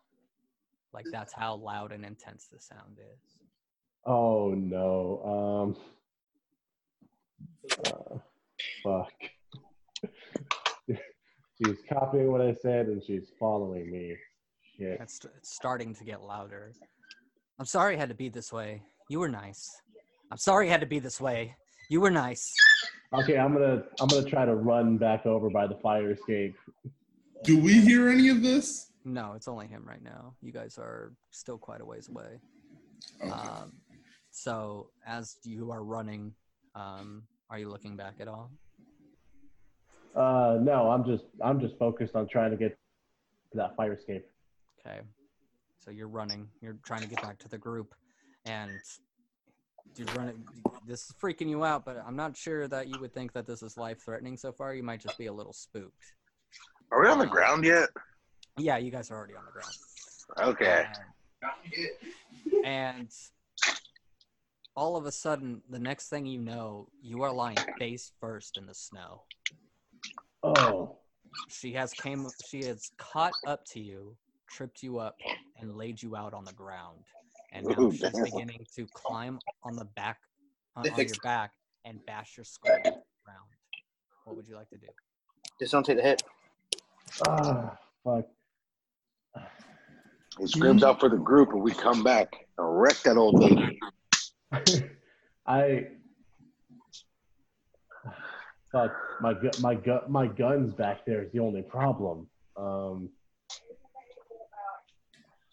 A: Like that's how loud and intense the sound is.
D: oh no. Um, uh, fuck. she's copying what I said and she's following me. Shit.
A: It's, it's starting to get louder. I'm sorry it had to be this way. You were nice. I'm sorry it had to be this way. You were nice.
D: Okay, I'm gonna I'm gonna try to run back over by the fire escape.
F: do we hear any of this?
A: No, it's only him right now. You guys are still quite a ways away.
F: Okay.
B: Uh.
A: Um, so as you are running, um, are you looking back at all?
D: Uh, no, I'm just I'm just focused on trying to get to that fire escape.
A: Okay. So you're running. You're trying to get back to the group, and you're running. This is freaking you out, but I'm not sure that you would think that this is life-threatening so far. You might just be a little spooked.
E: Are we on the ground yet?
A: Yeah, you guys are already on the ground.
E: Okay.
A: Um, and all of a sudden, the next thing you know, you are lying face first in the snow.
D: Oh,
A: She has came. She has caught up to you, tripped you up, and laid you out on the ground. And now
E: Ooh,
A: she's
E: damn.
A: beginning to climb on the back, on, on
B: Ethics.
A: your back, and bash your skull into the ground. What would you like to do?
B: Just don't take the hit.
D: ah, fuck.
E: He screams out for the group and we come back and wreck that old lady.
D: I fuck my gu- my gu- my guns back there is the only problem. Um,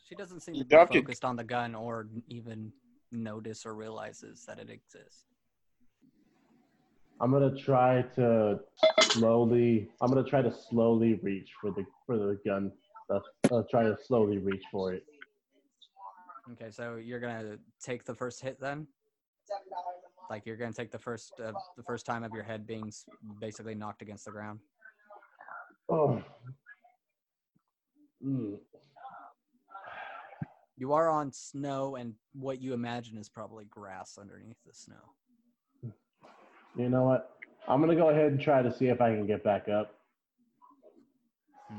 A: She doesn't seem
B: You
A: to be
B: dropped it.
A: focused on the gun, or even notice or realizes that it exists.
D: I'm gonna try to slowly. I'm gonna try to slowly uh, reach for the for the gun. That's uh, try to slowly reach for it.
A: Okay, so you're gonna take the first hit then. Like you're gonna take the first uh, the first time of your head being s- basically knocked against the ground.
D: Oh. Mm.
A: You are on snow and what you imagine is probably grass underneath the snow.
D: You know what? I'm gonna go ahead and try to see if I can get back up.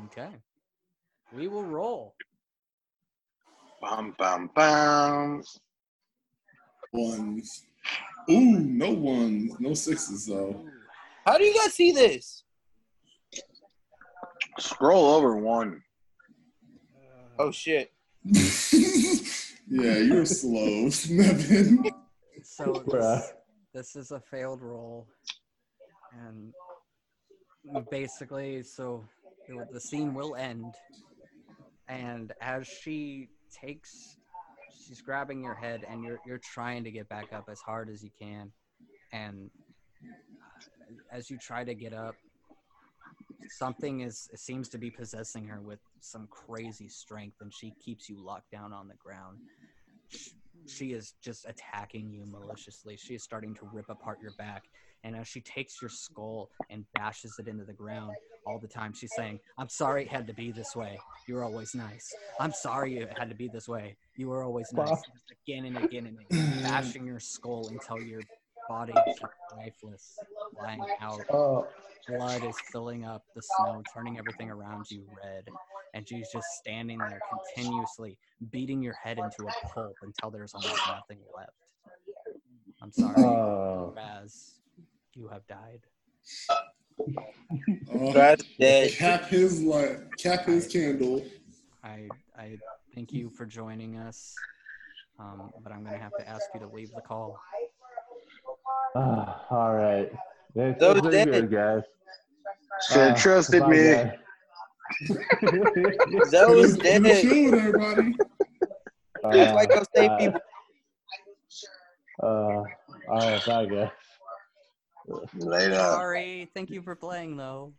A: Okay. We will roll.
E: Bum, bum, bum.
F: Ones. Ooh, no ones, no sixes though.
B: How do you guys see this?
E: Scroll over one.
B: Oh shit!
F: yeah, you're slow, Nevin.
A: So
D: Bruh.
A: this, this is a failed roll, and basically, so the- the scene will end. And as she takes, she's grabbing your head, and you're you're trying to get back up as hard as you can, and as you try to get up, something is it seems to be possessing her with some crazy strength, and she keeps you locked down on the ground. Sh- she is just attacking you maliciously. She is starting to rip apart your back. And as she takes your skull and bashes it into the ground all the time, she's saying, I'm sorry it had to be this way. You were always nice. I'm sorry it had to be this way. You were always nice. Just Again and again and again, bashing your skull until your body is lifeless, lying out.
D: Oh,
A: Blood is filling up the snow, turning everything around you red. And she's just standing there continuously beating your head into a pulp until there's almost nothing left. I'm sorry,
D: oh.
A: Raz, you have died.
F: Uh,
B: That's dead.
F: cap his light, cap his candle.
A: I I thank you for joining us, um, but I'm gonna have to ask you to leave the call.
D: Ah, all right. It's,
B: Those
D: it's been
B: days.
D: good, guys.
E: Should
D: Ah,
E: have trusted
D: bye,
E: me.
D: guys.
B: Those
F: It was
B: dead.
F: chilled, everybody.
B: That's why
D: Ah,
B: I go save
D: ah,
B: people.
D: ah, all right, bye, guys.
E: Later.
A: Sorry, thank you for playing though.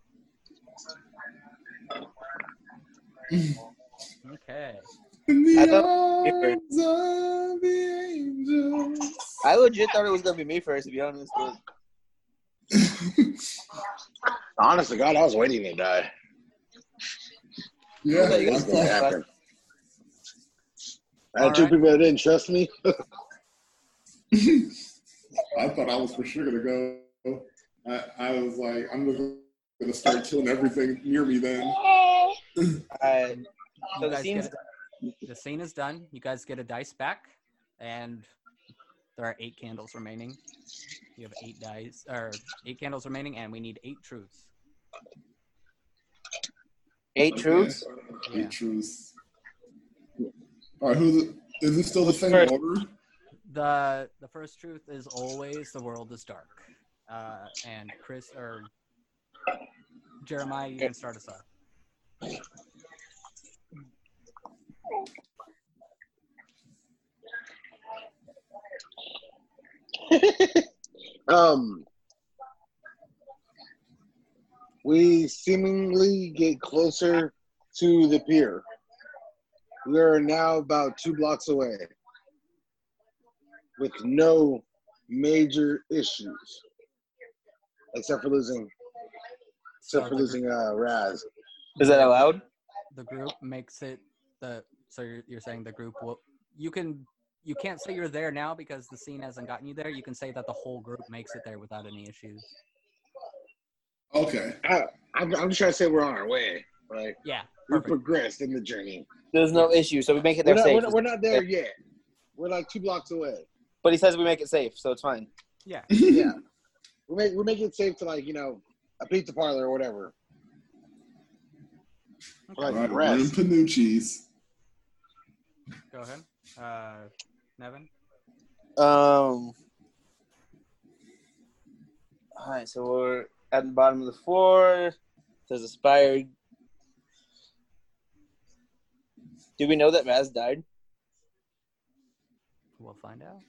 A: Okay.
F: In the
B: I thought-
F: arms of the angels.
B: I legit thought it was gonna be me first. To be honest, but
E: Honestly, God, I was waiting to die.
F: Yeah,
E: Like,
F: I
E: this is gonna
F: thought.
E: happen. I had two
A: Alright.
E: people that didn't trust me.
F: I thought I was for sure gonna go. I, I was like, I'm just gonna start killing everything near me then.
B: I, so
A: You
B: the
A: guys
B: scene's
A: get it. the scene is done. You guys get a dice back, and there are eight candles remaining. You have eight dice or eight candles remaining, and we need eight truths.
B: eight truths.
F: Eight
A: Yeah.
F: truths. All right, who's is it still the same
B: First.
F: order?
A: the The first truth is always the world is dark. Uh, and Chris or Jeremiah, you can start us off.
E: Um, we seemingly get closer to the pier. We are now about two blocks away with no major issues except for losing,
A: So
E: except for
A: the gr-
E: losing uh, Raz.
B: Is that allowed?
A: the group makes it the so you're, you're saying the group will you can you can't say you're there now because the scene hasn't gotten you there you can say that the whole group makes it there without any issues
F: Okay.
E: I, I'm, I'm just trying to say we're on our way. Like
A: yeah
E: we
A: perfect
E: progressed in the journey.
B: There's no issue, so we make it
E: We're
B: there
E: not, we're,
B: safe.
E: not, we're not there yet. We're like two blocks away.
B: But he says we make it safe, so it's fine.
A: yeah
E: Yeah, we make we make it safe to like you know a pizza parlor or whatever.
F: All
E: We're
F: right,
E: like
F: we're in
E: rest.
F: Panucci's.
A: go ahead uh nevin
B: Um. All right, so we're at the bottom of the floor. There's a spire. Do we know that Maz died?
A: we'll find out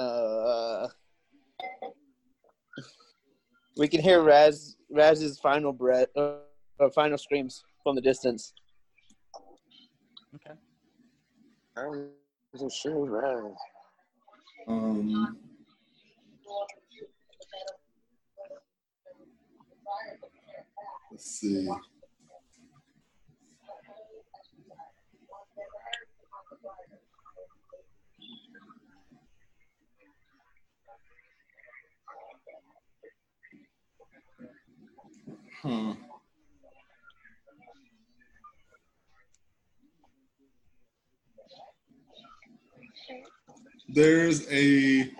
B: Uh, we can hear Raz Raz's final breath uh, or final screams from the distance.
A: okay
E: Crazy shit, man.
C: Um, let's see. Huh. There's a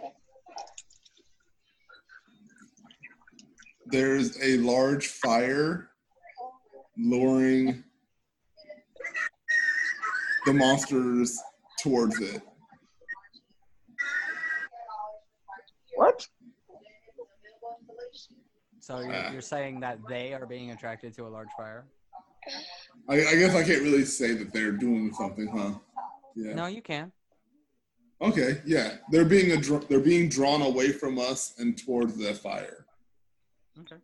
C: there's a large fire luring the monsters towards it.
E: What?
A: So you're,
C: Uh.
A: you're saying that they are being attracted to a large fire?
C: I, I guess I can't really say that they're doing something, huh? Yeah.
A: No, you can.
C: Okay. Yeah. They're being a dr- they're being drawn away from us and towards the fire.
A: Okay.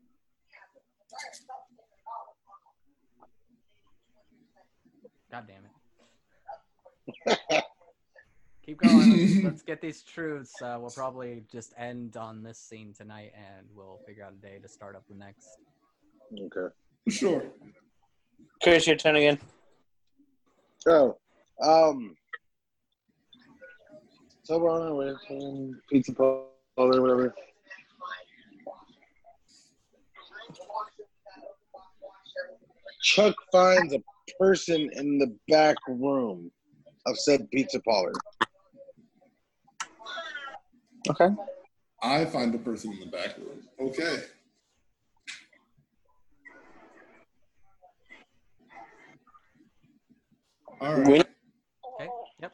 A: God damn it. Keep going. Let's, let's get these truths. Uh, we'll probably just end on this scene tonight and we'll figure out a day to start up the next.
E: Okay.
C: Sure.
B: Chris, your turn again.
E: So, um, so we're on our way from pizza parlor, whatever. Chuck finds a person in the back room of said pizza parlor.
B: Okay.
C: I find the person in the back room. Okay. All right.
B: Win-
A: Okay? Yep.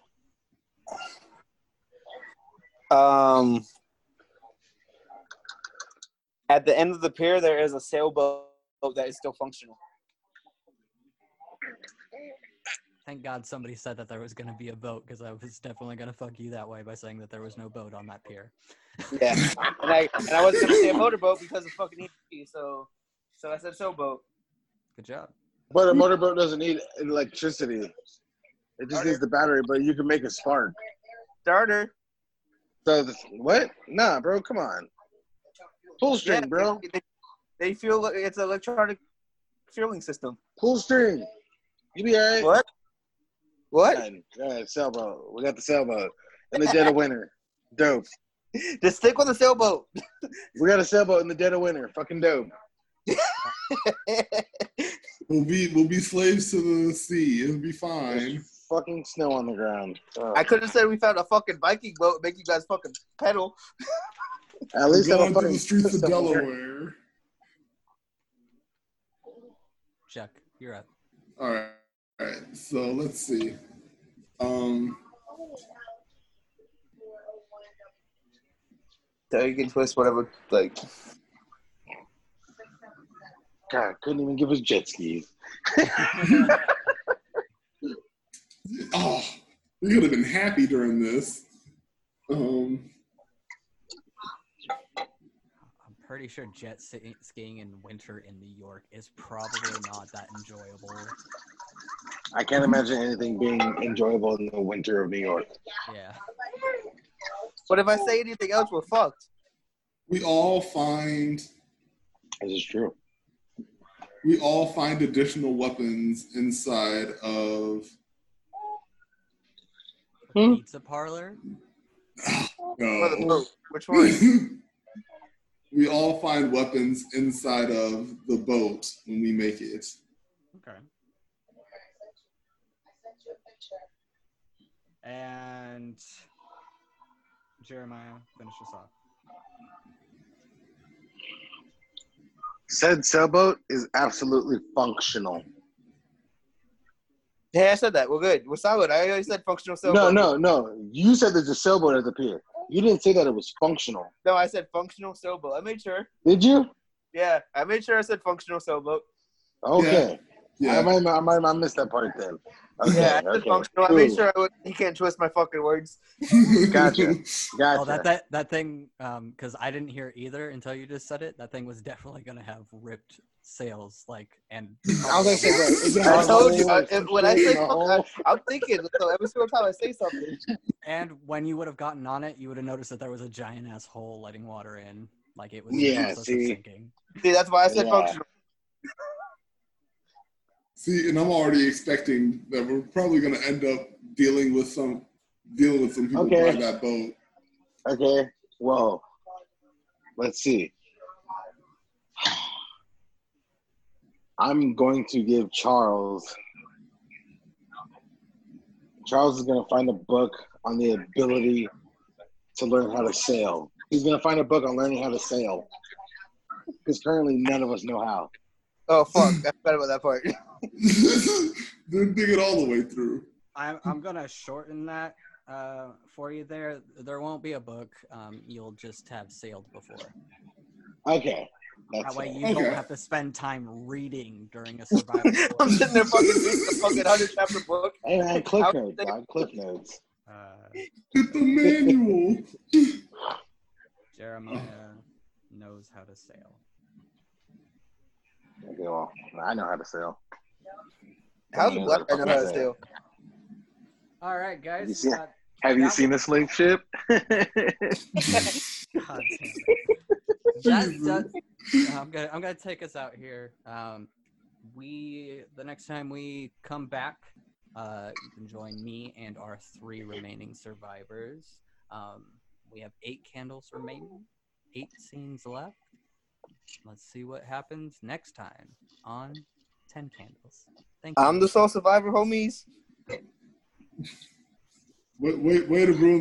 B: Um, at the end of the pier, there is a sailboat that is still functional.
A: Thank God somebody said that there was going to be a boat because I was definitely going to fuck you that way by saying that there was no boat on that pier.
B: Yeah, and I and I wasn't gonna say a motorboat because of fucking E, so so I said sailboat.
A: Good job.
E: But a motorboat doesn't need electricity. It just needs the battery, but you can make a spark.
B: Starter.
E: So the, what? Nah, bro, come on. Pull
B: Yeah,
E: string, bro.
B: They, they fuel. It's an electronic fueling system.
E: Pull string. You be all right.
B: What? What?
E: Done. All right, sailboat. We got the sailboat in the dead of winter. Dope.
B: Just stick with the sailboat.
E: We got a sailboat in the dead of winter. Fucking dope.
C: We'll be we'll be slaves to the sea. It'll be fine.
E: There's fucking snow on the ground. Oh.
B: I could have said we found a fucking Viking boat, make you guys fucking pedal.
E: At
C: We're
E: least I'm a
C: going through
E: fucking
C: the streets of
E: system.
C: Delaware.
A: Chuck, you're up.
C: All right. All right. So let's see. Um.
B: So you can twist whatever, like.
E: God, couldn't even give us jet skis.
C: Oh, we could have been happy during this. Um.
A: I'm pretty sure jet ski- skiing in winter in New York is probably not that enjoyable.
E: I can't imagine anything being enjoyable in the winter of New York.
A: Yeah.
B: But if I say anything else, we're fucked.
C: we all find
E: This is true.
C: we all find additional weapons inside of
E: Hmm?
A: Pizza parlor?
B: For the
C: no.
B: boat. Which one?
C: we all find weapons inside of the boat when we make it.
A: Okay. And Jeremiah, finish this off.
E: Said sailboat is absolutely functional.
B: Hey, I said that. We're good. We're solid. I already said functional
E: no,
B: sailboat.
E: no, no. You said there's a sailboat at the pier. You didn't say that it was functional.
B: No, I said functional sailboat. I made sure.
E: Did you?
B: Yeah, I made sure I said functional sailboat.
E: Okay. I might, I might, I missed that part then. Okay,
B: yeah, I just
E: okay.
B: functional. I made
E: Cool.
B: sure I was, he can't twist my fucking words.
E: Gotcha. Gotcha.
A: Oh, that that that thing, because I didn't hear either until you just said it. That thing was definitely gonna have ripped sales, like and.
E: I was gonna say that. Yeah,
B: I told you. I,
E: was
B: if- when I say
E: in a
B: fuck,
E: hole.
B: I, am thinking. So every single time I say something,
A: And when you would have gotten on it, you would have noticed that there was a giant ass hole letting water in, like it was in the
E: Yeah,
A: process
E: see?
A: of sinking.
B: see, that's why I said
E: Yeah.
B: functional.
F: See, and I'm already expecting that we're probably going to end up dealing with some dealing with some people
E: Okay.
F: by that boat.
E: Okay. Well, let's see. I'm going to give Charles. Charles is going to find a book on the ability to learn how to sail. He's going to find a book on learning how to sail. Because currently, none of us know how.
B: Oh fuck! I forgot about that part.
F: Didn't think it all the way through.
A: I'm I'm gonna shorten that uh, for you. There, there won't be a book. Um, you'll just have sailed before.
E: Okay. That's
A: That way,
E: it.
A: you
F: Okay.
A: don't have to spend time reading during a survival.
B: I'm
A: course.
B: sitting there fucking reading the fucking hundred chapter book.
E: Hey man, cliff
B: I'll
E: notes,
B: say-
E: dog. Cliff notes.
A: Uh,
F: Get the manual.
A: Jeremiah knows how to sail.
E: Okay, well, I know how to sail.
B: How's a black guy know how to sail?
A: All right, guys.
E: see-
A: Uh,
G: Have
A: That
G: you
A: was-
G: seen a slave ship?
A: God damn it. That does, I'm gonna I'm gonna take us out here. Um, we the next time we come back, uh, you can join me and our three remaining survivors. Um, we have eight candles remaining, eight scenes left. Let's see what happens next time on Ten Candles. Thank you.
B: I'm the sole survivor, homies.
F: Wait, wait, way to ruin the